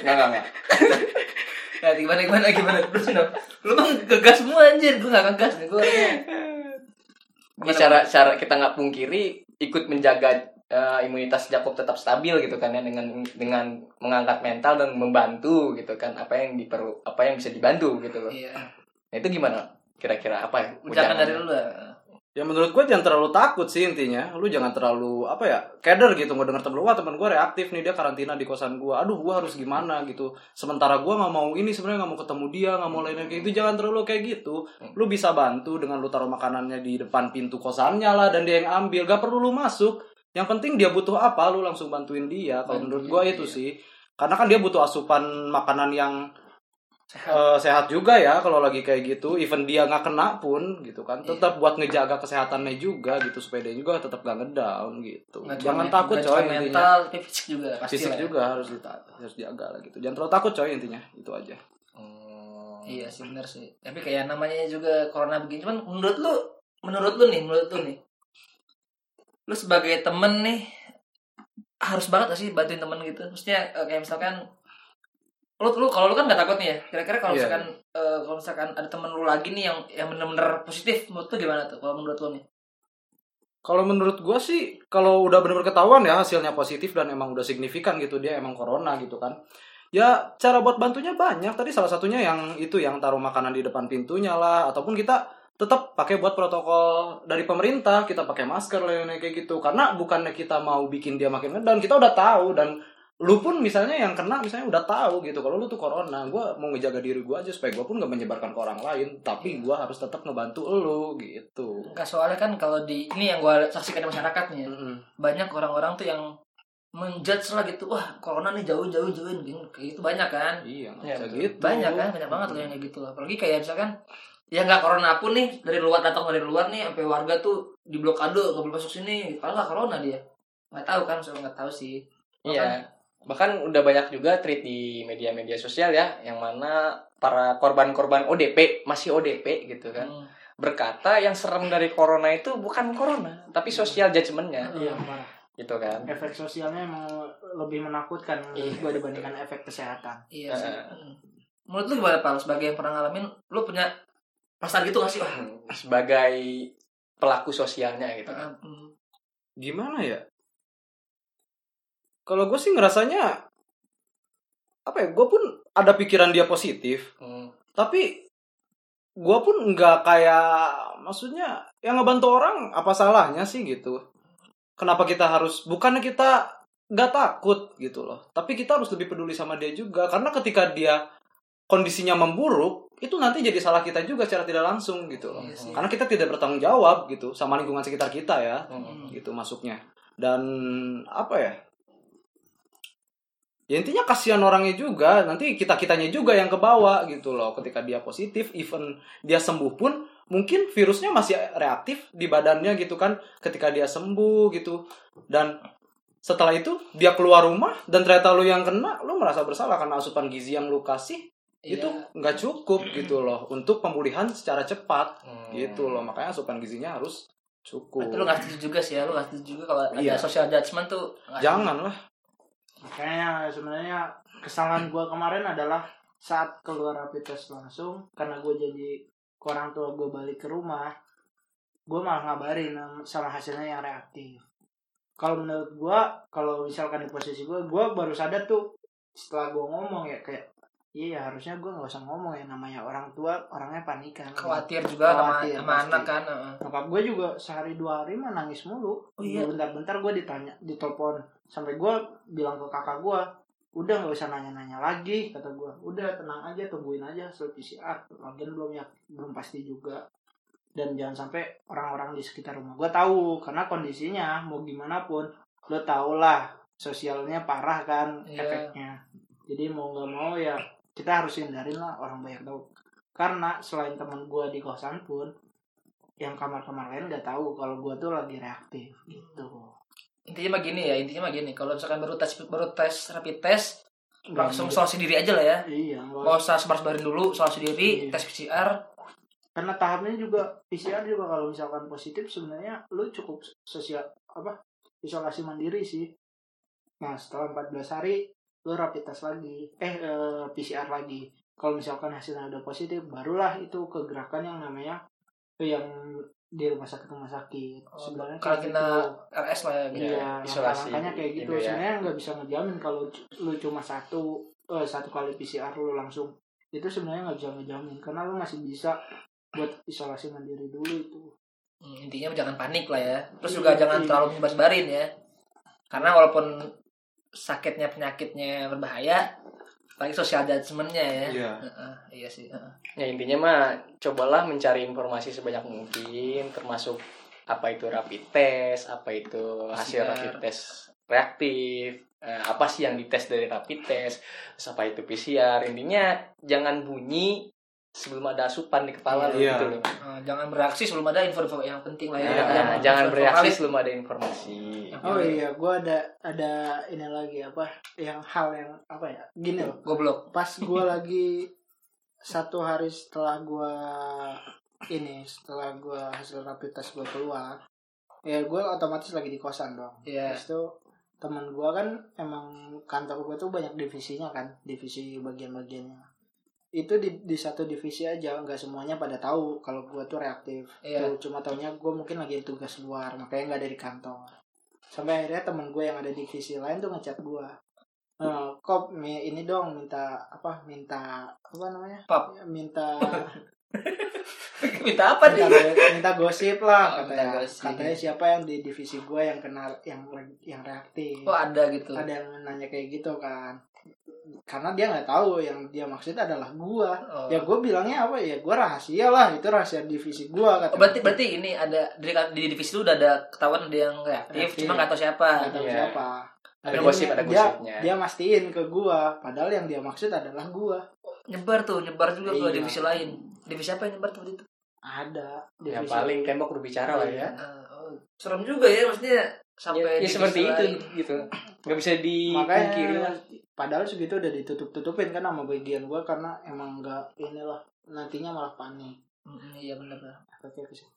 [SPEAKER 1] nggak nggak nggak
[SPEAKER 2] Nah, gimana gimana gimana terus dong. Lu mah ngegas semua anjir, gua enggak ngegas nih gua. orangnya.
[SPEAKER 1] Ini cara cara kita nggak pungkiri ikut menjaga eh, imunitas Jakob tetap stabil gitu kan ya dengan dengan mengangkat mental dan membantu gitu kan apa yang diperlu apa yang bisa dibantu gitu loh.
[SPEAKER 2] Iya.
[SPEAKER 1] Nah, itu gimana? Kira-kira apa ya?
[SPEAKER 2] Ucapan
[SPEAKER 1] Ujangan.
[SPEAKER 2] dari lu lah.
[SPEAKER 4] Ya menurut gue jangan terlalu takut sih intinya. Lu jangan terlalu apa ya? Keder gitu nggak denger temen lu, wah temen gue reaktif nih dia karantina di kosan gue. Aduh gue harus gimana gitu. Sementara gue nggak mau ini sebenarnya nggak mau ketemu dia nggak mau lainnya kayak gitu. Jangan terlalu kayak gitu.
[SPEAKER 2] Hmm.
[SPEAKER 4] Lu bisa bantu dengan lu taruh makanannya di depan pintu kosannya lah dan dia yang ambil. Gak perlu lu masuk. Yang penting dia butuh apa lu langsung bantuin dia. Kalau
[SPEAKER 2] Bantuin
[SPEAKER 4] menurut gue
[SPEAKER 2] dia.
[SPEAKER 4] itu sih. Karena kan dia butuh asupan makanan yang eh, sehat juga ya kalau lagi kayak gitu even dia nggak kena pun gitu kan
[SPEAKER 2] Iya.
[SPEAKER 4] tetap buat ngejaga kesehatannya juga gitu supaya dia juga tetap gak ngedown gitu
[SPEAKER 2] Nggak cuma-
[SPEAKER 4] jangan takut
[SPEAKER 2] nggak
[SPEAKER 4] coy
[SPEAKER 2] cuma
[SPEAKER 4] intinya
[SPEAKER 2] mental, tapi fisik juga lah, pasti
[SPEAKER 4] fisik
[SPEAKER 2] lah ya.
[SPEAKER 4] juga harus dita- harus dijaga lah gitu jangan terlalu takut coy intinya itu aja
[SPEAKER 1] Hmm.
[SPEAKER 2] Iya sih benar sih. Tapi kayak namanya juga corona begini cuman menurut lu menurut lu nih, menurut lu nih. Lu sebagai temen nih harus banget gak sih bantuin temen gitu? Maksudnya eh, kayak misalkan lu lu kalau lu kan gak takut nih ya. Kira-kira kalau
[SPEAKER 4] Iya.
[SPEAKER 2] misalkan eh, kalau misalkan ada temen lu lagi nih yang yang bener-bener positif, menurut lu gimana tuh? Kalau menurut lu nih?
[SPEAKER 4] kalau menurut gua sih kalau udah bener-bener ketahuan ya hasilnya positif dan emang udah signifikan gitu dia emang corona gitu kan ya cara buat bantunya banyak tadi salah satunya yang itu yang taruh makanan di depan pintunya lah ataupun kita tetap pakai buat protokol dari pemerintah kita pakai masker lainnya kayak gitu karena bukannya kita mau bikin dia makin ngedown kita udah tahu dan lu pun misalnya yang kena misalnya udah tahu gitu kalau lu tuh corona gua mau ngejaga diri gua aja supaya gua pun gak menyebarkan ke orang lain tapi gua harus tetap ngebantu lu gitu
[SPEAKER 2] Enggak soalnya kan kalau di ini yang gua saksikan di masyarakat nih ya. banyak orang-orang tuh yang menjudge lah gitu wah corona nih jauh jauh jauhin kayak gitu banyak kan
[SPEAKER 4] Iya, nggak
[SPEAKER 1] Ya,
[SPEAKER 4] bisa
[SPEAKER 1] betul.
[SPEAKER 4] gitu.
[SPEAKER 2] banyak kan banyak banget loh yang kayak gitu apalagi kayak misalkan ya nggak corona pun nih dari luar datang dari luar nih sampai warga tuh di blokade nggak boleh masuk sini padahal nggak corona dia nggak tahu kan soalnya nggak tahu sih
[SPEAKER 1] Iya. Bahkan udah banyak juga tweet di media-media sosial ya yang mana para korban-korban ODP masih ODP gitu kan
[SPEAKER 2] Hmm.
[SPEAKER 1] berkata yang serem dari corona itu bukan corona tapi social judgementnya
[SPEAKER 3] Iya, parah.
[SPEAKER 1] gitu kan
[SPEAKER 2] Iya.
[SPEAKER 3] Efek sosialnya emang lebih menakutkan menurut
[SPEAKER 1] Iya.
[SPEAKER 3] gua dibandingkan efek kesehatan.
[SPEAKER 2] iya sih Hmm. menurut lu gimana pal sebagai yang pernah ngalamin lu punya perasaan gitu nggak sih wah
[SPEAKER 1] Hmm, sebagai pelaku sosialnya gitu kan
[SPEAKER 2] hmm,
[SPEAKER 4] Gimana ya? Kalau gue sih ngerasanya apa ya? Gue pun ada pikiran dia positif,
[SPEAKER 1] Hmm.
[SPEAKER 4] tapi gue pun nggak kayak maksudnya yang ngebantu orang apa salahnya sih gitu? Kenapa kita harus bukannya kita nggak takut gitu loh, tapi kita harus lebih peduli sama dia juga karena ketika dia kondisinya memburuk itu nanti jadi salah kita juga secara tidak langsung gitu loh.
[SPEAKER 2] iya sih.
[SPEAKER 4] karena kita tidak bertanggung jawab gitu sama lingkungan sekitar kita ya
[SPEAKER 1] Hmm.
[SPEAKER 2] Hmm.
[SPEAKER 4] gitu masuknya dan apa ya ya intinya kasihan orangnya juga nanti kita kitanya juga yang kebawa gitu loh ketika dia positif even dia sembuh pun mungkin virusnya masih reaktif di badannya gitu kan ketika dia sembuh gitu dan setelah itu dia keluar rumah dan ternyata lu yang kena lu merasa bersalah karena asupan gizi yang lu kasih itu
[SPEAKER 2] Iya.
[SPEAKER 4] nggak cukup gitu loh untuk pemulihan secara cepat
[SPEAKER 1] Hmm.
[SPEAKER 4] gitu loh makanya asupan gizinya harus cukup
[SPEAKER 2] Berarti lu nggak setuju juga sih ya, lu nggak setuju juga kalau
[SPEAKER 4] Iya.
[SPEAKER 2] ada social judgment tuh nggak setuju.
[SPEAKER 4] jangan lah
[SPEAKER 3] Makanya sebenarnya kesalahan gua kemarin adalah saat keluar rapid test langsung karena gua jadi ke orang tua gua balik ke rumah gua malah ngabarin sama hasilnya yang reaktif kalau menurut gua kalau misalkan di posisi gua gua baru sadar tuh setelah gua ngomong ya kayak iya harusnya gua nggak usah ngomong ya namanya orang tua orangnya panikan
[SPEAKER 2] khawatir juga sama,
[SPEAKER 3] Khawatir,
[SPEAKER 2] sama
[SPEAKER 3] pasti.
[SPEAKER 2] anak kan heeh.
[SPEAKER 3] Nyokap gue juga sehari dua hari mah nangis mulu.
[SPEAKER 2] Oh iya.
[SPEAKER 3] Bentar-bentar gue ditanya, ditelepon. Sampai gue bilang ke kakak gue, udah nggak usah nanya-nanya lagi kata gue. Udah tenang aja, tungguin aja hasil PCR. Lagian belum ya, belum pasti juga. Dan jangan sampai orang-orang di sekitar rumah gue tahu, karena kondisinya mau gimana pun, lo tau lah sosialnya parah kan
[SPEAKER 2] Iya.
[SPEAKER 3] efeknya. Jadi mau nggak mau ya kita harus hindarin lah orang banyak tahu. Karena selain teman gue di kosan pun, yang kamar-kamar lain nggak tahu kalau gue tuh lagi reaktif gitu
[SPEAKER 2] intinya mah gini ya intinya mah gini kalau misalkan baru tes baru tes rapid test langsung soal sendiri aja lah ya
[SPEAKER 3] iya nggak
[SPEAKER 2] nggak usah sebar-sebarin dulu soal sendiri
[SPEAKER 3] Iya.
[SPEAKER 2] tes PCR
[SPEAKER 3] karena tahapnya juga PCR juga kalau misalkan positif sebenarnya lu cukup sosial apa isolasi mandiri sih nah setelah 14 hari lu rapid test lagi eh, eh, PCR lagi kalau misalkan hasilnya udah positif barulah itu kegerakan yang namanya eh, yang di rumah sakit rumah sakit
[SPEAKER 2] Oh,
[SPEAKER 3] sebenarnya
[SPEAKER 2] kalau
[SPEAKER 3] kayak
[SPEAKER 2] kena
[SPEAKER 3] gitu.
[SPEAKER 2] RS lah ya
[SPEAKER 1] Iya,
[SPEAKER 3] Iya,
[SPEAKER 1] isolasi
[SPEAKER 3] makanya kayak gitu.
[SPEAKER 1] gitu ya.
[SPEAKER 3] Sebenarnya nggak bisa ngejamin kalau c- lu cuma satu eh, satu kali PCR lu langsung itu sebenarnya nggak bisa ngejamin karena lu masih bisa buat isolasi mandiri dulu itu.
[SPEAKER 2] Hmm, intinya jangan panik lah ya terus
[SPEAKER 3] Iya,
[SPEAKER 2] juga jangan
[SPEAKER 3] iya.
[SPEAKER 2] terlalu sebar-sebarin ya karena walaupun sakitnya penyakitnya berbahaya apalagi social judgementnya ya
[SPEAKER 4] Iya.
[SPEAKER 2] Heeh, iya sih heeh.
[SPEAKER 1] Ya intinya mah cobalah mencari informasi sebanyak mungkin termasuk apa itu rapid test, apa itu hasil
[SPEAKER 2] PCR.
[SPEAKER 1] rapid test reaktif, eh, apa sih yang dites dari rapid test, terus apa itu PCR. Intinya jangan bunyi sebelum ada asupan di kepala lo
[SPEAKER 4] Iya.
[SPEAKER 1] gitu loh.
[SPEAKER 2] Eh, jangan bereaksi sebelum ada info-info yang penting
[SPEAKER 3] Iya.
[SPEAKER 2] lah ya
[SPEAKER 1] Nah,
[SPEAKER 2] Yang
[SPEAKER 1] jangan
[SPEAKER 2] info-info
[SPEAKER 1] bereaksi
[SPEAKER 2] valid.
[SPEAKER 1] sebelum ada informasi.
[SPEAKER 3] Oh iya, gua ada ada ini lagi apa yang hal yang apa ya? Gini loh.
[SPEAKER 2] goblok
[SPEAKER 3] Pas gua lagi satu hari setelah gua ini setelah gua hasil rapid test gua keluar ya gua otomatis lagi di kosan dong
[SPEAKER 2] Iya.
[SPEAKER 3] Terus tuh teman gua kan emang kantor gua tuh banyak divisinya kan, divisi bagian-bagiannya. Itu di, di satu divisi aja nggak semuanya pada tahu kalau gua tuh reaktif.
[SPEAKER 2] Iya.
[SPEAKER 3] Tuh, cuma taunya gua mungkin lagi tugas luar, makanya nggak dari kantor. Sampai akhirnya teman gue yang ada divisi lain tuh ngechat gua. Eh, kop mi- ini dong minta apa minta apa namanya Ya,
[SPEAKER 2] Pap.
[SPEAKER 3] minta
[SPEAKER 2] minta apa
[SPEAKER 3] minta,
[SPEAKER 2] nih
[SPEAKER 3] minta gosip
[SPEAKER 2] Oh,
[SPEAKER 3] lah
[SPEAKER 2] minta
[SPEAKER 3] katanya
[SPEAKER 2] gosip.
[SPEAKER 3] katanya siapa yang di divisi gue yang kenal yang yang reaktif
[SPEAKER 2] oh ada gitu
[SPEAKER 3] ada yang nanya kayak gitu kan karena dia nggak tahu yang dia maksud adalah gua
[SPEAKER 2] Oh.
[SPEAKER 3] ya gua bilangnya apa ya gua rahasia lah itu rahasia divisi gua kata
[SPEAKER 2] Oh, berarti berarti ini ada di, di divisi lu udah ada ketahuan ada yang reaktif,
[SPEAKER 3] Reaktif.
[SPEAKER 2] cuma nggak tahu siapa.
[SPEAKER 3] Nggak tahu
[SPEAKER 1] Iya.
[SPEAKER 3] siapa
[SPEAKER 1] Ada
[SPEAKER 3] Akhirnya
[SPEAKER 1] gosip, Iya. ada
[SPEAKER 3] dia,
[SPEAKER 1] gosipnya.
[SPEAKER 3] dia mastiin ke gua padahal yang dia maksud adalah gua
[SPEAKER 2] Nyebar tuh, nyebar juga ke
[SPEAKER 3] Iya.
[SPEAKER 2] divisi lain. Divisi apa yang nyebar tuh waktu itu?
[SPEAKER 3] ada
[SPEAKER 1] Ya paling tembok berbicara lah ya.
[SPEAKER 2] Eh, oh, serem juga ya maksudnya sampai
[SPEAKER 1] Ya, ya
[SPEAKER 2] divisi
[SPEAKER 1] seperti itu
[SPEAKER 2] lain.
[SPEAKER 1] gitu. Gak bisa dipungkiri kan lah.
[SPEAKER 3] makanya padahal segitu udah ditutup tutupin kan sama bagian gua karena emang nggak inilah nantinya malah panik
[SPEAKER 2] Mm, Iya benar. benar.
[SPEAKER 3] Kayak gitu sih.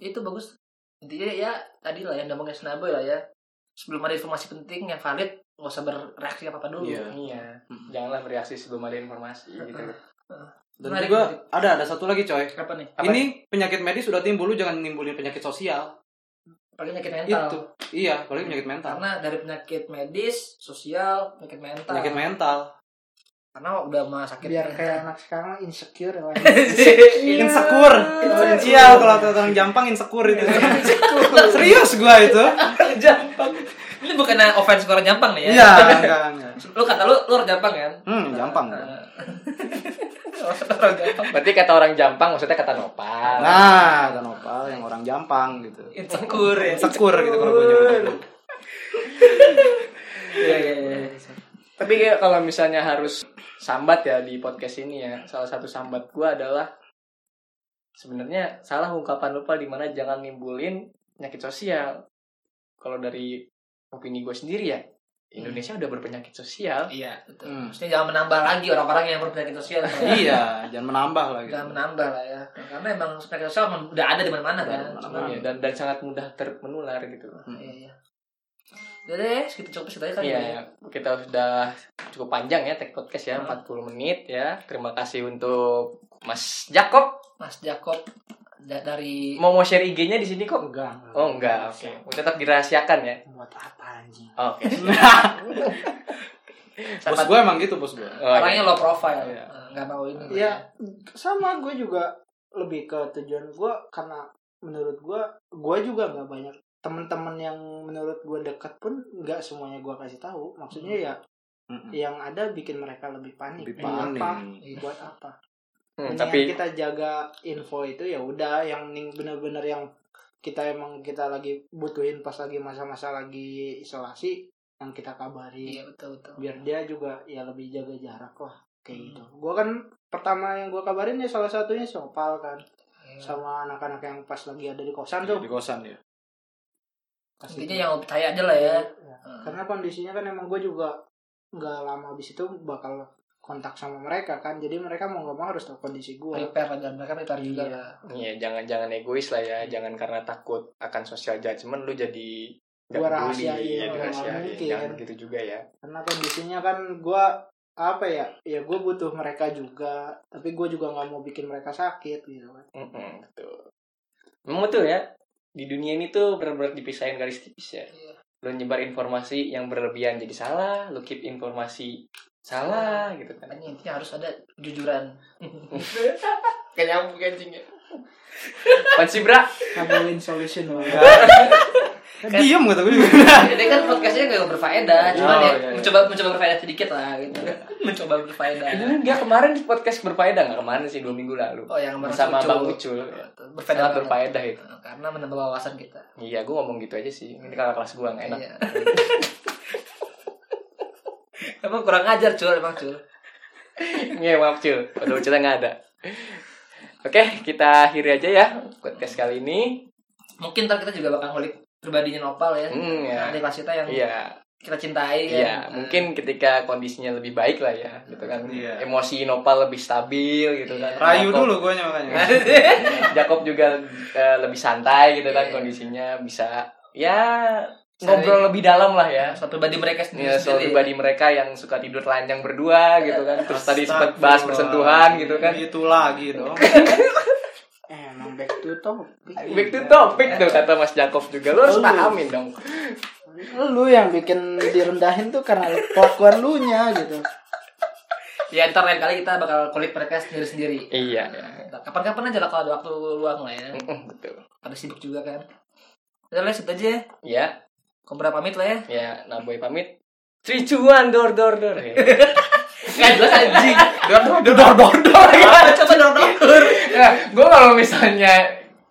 [SPEAKER 2] Itu bagus. Intinya ya tadi lah yang namanya senaboy lah ya. Sebelum ada informasi penting yang valid, nggak usah bereaksi apa-apa dulu.
[SPEAKER 4] Iya.
[SPEAKER 1] Iya, janganlah bereaksi sebelum ada informasi gitu.
[SPEAKER 4] Dan
[SPEAKER 2] Menarik,
[SPEAKER 4] juga
[SPEAKER 2] menarik.
[SPEAKER 4] ada ada satu lagi coy.
[SPEAKER 2] Apa nih?
[SPEAKER 1] Apa
[SPEAKER 4] Ini penyakit medis sudah timbul, lu jangan nimbulin penyakit sosial.
[SPEAKER 2] Paling penyakit mental.
[SPEAKER 4] Itu. Iya, paling penyakit mental.
[SPEAKER 2] Karena dari penyakit medis, sosial, penyakit mental.
[SPEAKER 4] Penyakit mental.
[SPEAKER 2] Karena udah mah sakit
[SPEAKER 3] biar
[SPEAKER 2] mental.
[SPEAKER 3] kayak anak sekarang insecure lah
[SPEAKER 2] Iya.
[SPEAKER 4] Insecure.
[SPEAKER 3] Iya,
[SPEAKER 4] Sosial Iya, kalau kata orang Jampang insecure itu. Serius gua itu.
[SPEAKER 2] Jampang. Ini bukan offense ke orang Jampang nih ya.
[SPEAKER 4] Iya, enggak enggak.
[SPEAKER 2] Lu kata lu lu orang Jampang kan?
[SPEAKER 4] Hmm, Jampang.
[SPEAKER 2] Eh, orang Jampang.
[SPEAKER 1] Berarti kata orang Jampang maksudnya kata nopal.
[SPEAKER 4] Nah, kan opal yang orang Jampang gitu.
[SPEAKER 2] Insecure ya.
[SPEAKER 4] Insecure gitu kalau gua nyebut.
[SPEAKER 2] Iya iya iya.
[SPEAKER 1] Tapi kayak kalau misalnya harus sambat ya di podcast ini ya, salah satu sambat gua adalah sebenarnya salah ungkapan lupa di mana jangan nimbulin penyakit sosial. Kalau dari opini gue sendiri ya, Indonesia udah berpenyakit sosial.
[SPEAKER 2] Iya, betul.
[SPEAKER 4] Hmm.
[SPEAKER 2] Maksudnya jangan menambah lagi orang-orang yang berpenyakit sosial.
[SPEAKER 4] Iya, jangan menambah lagi.
[SPEAKER 2] Jangan menambah lah ya. Karena emang penyakit sosial emang udah ada di mana-mana
[SPEAKER 4] Udah
[SPEAKER 2] kan.
[SPEAKER 4] ada di mana-mana.
[SPEAKER 2] Cuma-
[SPEAKER 1] Ya, dan dan sangat mudah ter- menular gitu.
[SPEAKER 2] Iya iya. Udah deh, segitu cukup segitu aja kali ya.
[SPEAKER 1] Iya, kita sudah cukup panjang ya tag podcast ya,
[SPEAKER 2] Hmm.
[SPEAKER 1] 40 menit ya. Terima kasih untuk Mas Jakob.
[SPEAKER 2] Mas Jakob da- dari
[SPEAKER 1] Mau mau share IG-nya di sini kok?
[SPEAKER 3] enggak
[SPEAKER 1] Oh enggak, oke. Tetap dirahasiakan ya.
[SPEAKER 3] buat apa anjing
[SPEAKER 1] Oke.
[SPEAKER 4] Bos gua emang gitu, bos gua.
[SPEAKER 1] Oh,
[SPEAKER 2] orangnya
[SPEAKER 1] iya.
[SPEAKER 2] low profile.
[SPEAKER 1] Iya.
[SPEAKER 2] Eh, Nggak mau ini.
[SPEAKER 4] Iya.
[SPEAKER 3] ya sama gue juga lebih ke tujuan gue karena menurut gue gue juga nggak banyak teman-teman yang menurut gue dekat pun nggak semuanya gue kasih tahu maksudnya ya
[SPEAKER 4] Mm-mm.
[SPEAKER 3] yang ada bikin mereka lebih panik,
[SPEAKER 4] Hmm. Lebih
[SPEAKER 3] Buat
[SPEAKER 4] panik.
[SPEAKER 3] Iya, apa
[SPEAKER 2] Iya.
[SPEAKER 3] buat apa
[SPEAKER 1] Hmm,
[SPEAKER 3] Mendingan
[SPEAKER 1] tapi
[SPEAKER 3] kita jaga info itu ya udah yang ning- bener-bener yang kita emang kita lagi butuhin pas lagi masa-masa lagi isolasi yang kita kabari
[SPEAKER 2] Iya betul betul.
[SPEAKER 3] biar dia juga ya lebih jaga jarak lah kayak gitu gue kan pertama yang gue kabarin ya salah satunya sopal kan
[SPEAKER 2] Iya.
[SPEAKER 3] sama anak-anak yang pas lagi ada di kosan
[SPEAKER 4] Iya,
[SPEAKER 3] tuh
[SPEAKER 4] Di kosan ya. Kasih
[SPEAKER 2] intinya yang lo percaya aja lah ya
[SPEAKER 3] Ya,
[SPEAKER 2] Hmm.
[SPEAKER 3] karena kondisinya kan emang gue juga nggak lama habis itu bakal kontak sama mereka kan jadi mereka mau nggak mau harus tahu kondisi gue
[SPEAKER 2] Kan prepare lah dan mereka prepare juga
[SPEAKER 3] Iya.
[SPEAKER 2] lah
[SPEAKER 1] Iya, jangan jangan egois lah ya. Jangan karena takut akan social judgment lu jadi nggak
[SPEAKER 3] Gua
[SPEAKER 1] peduli.
[SPEAKER 3] rahasiain,
[SPEAKER 1] Iya,
[SPEAKER 3] nggak
[SPEAKER 1] dirahasiain.
[SPEAKER 3] mungkin.
[SPEAKER 1] Jangan gitu juga ya.
[SPEAKER 3] karena kondisinya kan gue apa ya ya gue butuh mereka juga tapi gue juga nggak mau bikin mereka sakit gitu kan
[SPEAKER 1] Mm-mm, betul. Memang betul ya. Di dunia ini tuh benar-benar dipisahin garis tipis ya.
[SPEAKER 2] Iya.
[SPEAKER 1] Lu nyebar informasi yang berlebihan jadi salah, lu keep informasi salah gitu kan.
[SPEAKER 2] makanya intinya harus ada jujuran Iya.
[SPEAKER 1] Kayak nyambung anjing ya. Pansibra.
[SPEAKER 3] Kabelin solution loh
[SPEAKER 4] Diam Kan kata gue.
[SPEAKER 2] ini kan podcastnya nggak berfaedah
[SPEAKER 1] Oh,
[SPEAKER 2] cuman
[SPEAKER 1] iya,
[SPEAKER 2] ya
[SPEAKER 1] iya.
[SPEAKER 2] mencoba mencoba berfaedah sedikit lah gitu mencoba berfaedah
[SPEAKER 1] Ini dia kemarin di podcast berfaedah nggak kemarin sih dua minggu lalu.
[SPEAKER 2] Iya. oh yang kemarin
[SPEAKER 1] Sama
[SPEAKER 2] muncul.
[SPEAKER 1] Bang Ucul. ya.
[SPEAKER 2] berfaedah
[SPEAKER 1] Sangat
[SPEAKER 2] banget.
[SPEAKER 1] berfaedah itu.
[SPEAKER 2] Nah, karena menambah wawasan kita
[SPEAKER 1] Iya, gue ngomong gitu aja sih. Ini kakak kelas gue enak.
[SPEAKER 2] Iya. emang kurang ajar cul emang cul
[SPEAKER 1] Iya maaf cuy, udah cerita nggak ada. Oke, kita akhiri aja ya podcast kali ini.
[SPEAKER 2] mungkin ntar kita juga bakal ngulik pribadinya Nopal ya
[SPEAKER 1] Hmm, ya.
[SPEAKER 2] adik kelas kita yang
[SPEAKER 1] Iya,
[SPEAKER 2] kita cintai kan.
[SPEAKER 1] iya.
[SPEAKER 2] Nah,
[SPEAKER 1] Mungkin ketika kondisinya lebih baik lah ya, gitu kan.
[SPEAKER 4] Iya.
[SPEAKER 1] Emosi Nopal lebih stabil, gitu kan.
[SPEAKER 4] Rayu
[SPEAKER 1] Jakob-
[SPEAKER 4] dulu gue makanya.
[SPEAKER 1] Jakob juga eh, lebih santai, gitu kan.
[SPEAKER 2] Iya.
[SPEAKER 1] Kondisinya bisa, ya ngobrol lebih dalam lah ya.
[SPEAKER 2] soal pribadi mereka sendiri,
[SPEAKER 1] Ya, soal pribadi mereka yang suka tidur telanjang berdua, gitu kan. Terus tadi sempat bahas persentuhan, gitu kan.
[SPEAKER 4] Itu lagi dong.
[SPEAKER 3] eh, emang back to topic
[SPEAKER 1] Back to topic tuh kata Mas Jakob juga. Lo harus pahamin dong.
[SPEAKER 3] lu yang bikin direndahin tuh karena kelakuan lu nya gitu
[SPEAKER 2] ya ntar lain kali kita bakal kulit mereka sendiri sendiri Nah,
[SPEAKER 1] Iya. ya.
[SPEAKER 2] kapan-kapan aja lah kalau ada waktu luang lah ya
[SPEAKER 1] Mm-mm, Hmm, Betul.
[SPEAKER 2] pada sibuk juga kan udah lah situ aja ya
[SPEAKER 1] Ya,
[SPEAKER 2] kompra pamit lah ya
[SPEAKER 1] ya, Naboy pamit. Three, two, one, door, door, door. Ya.
[SPEAKER 2] nggak jelas anjing
[SPEAKER 4] Dor dor dor dor. dor.
[SPEAKER 2] Iya, coba dong dong
[SPEAKER 1] Nah, gue kalau misalnya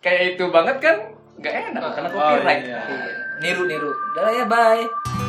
[SPEAKER 1] kayak itu banget kan, nggak enak karena
[SPEAKER 4] Oh,
[SPEAKER 1] copyright.
[SPEAKER 4] iya.
[SPEAKER 2] niru niru udah lah ya bye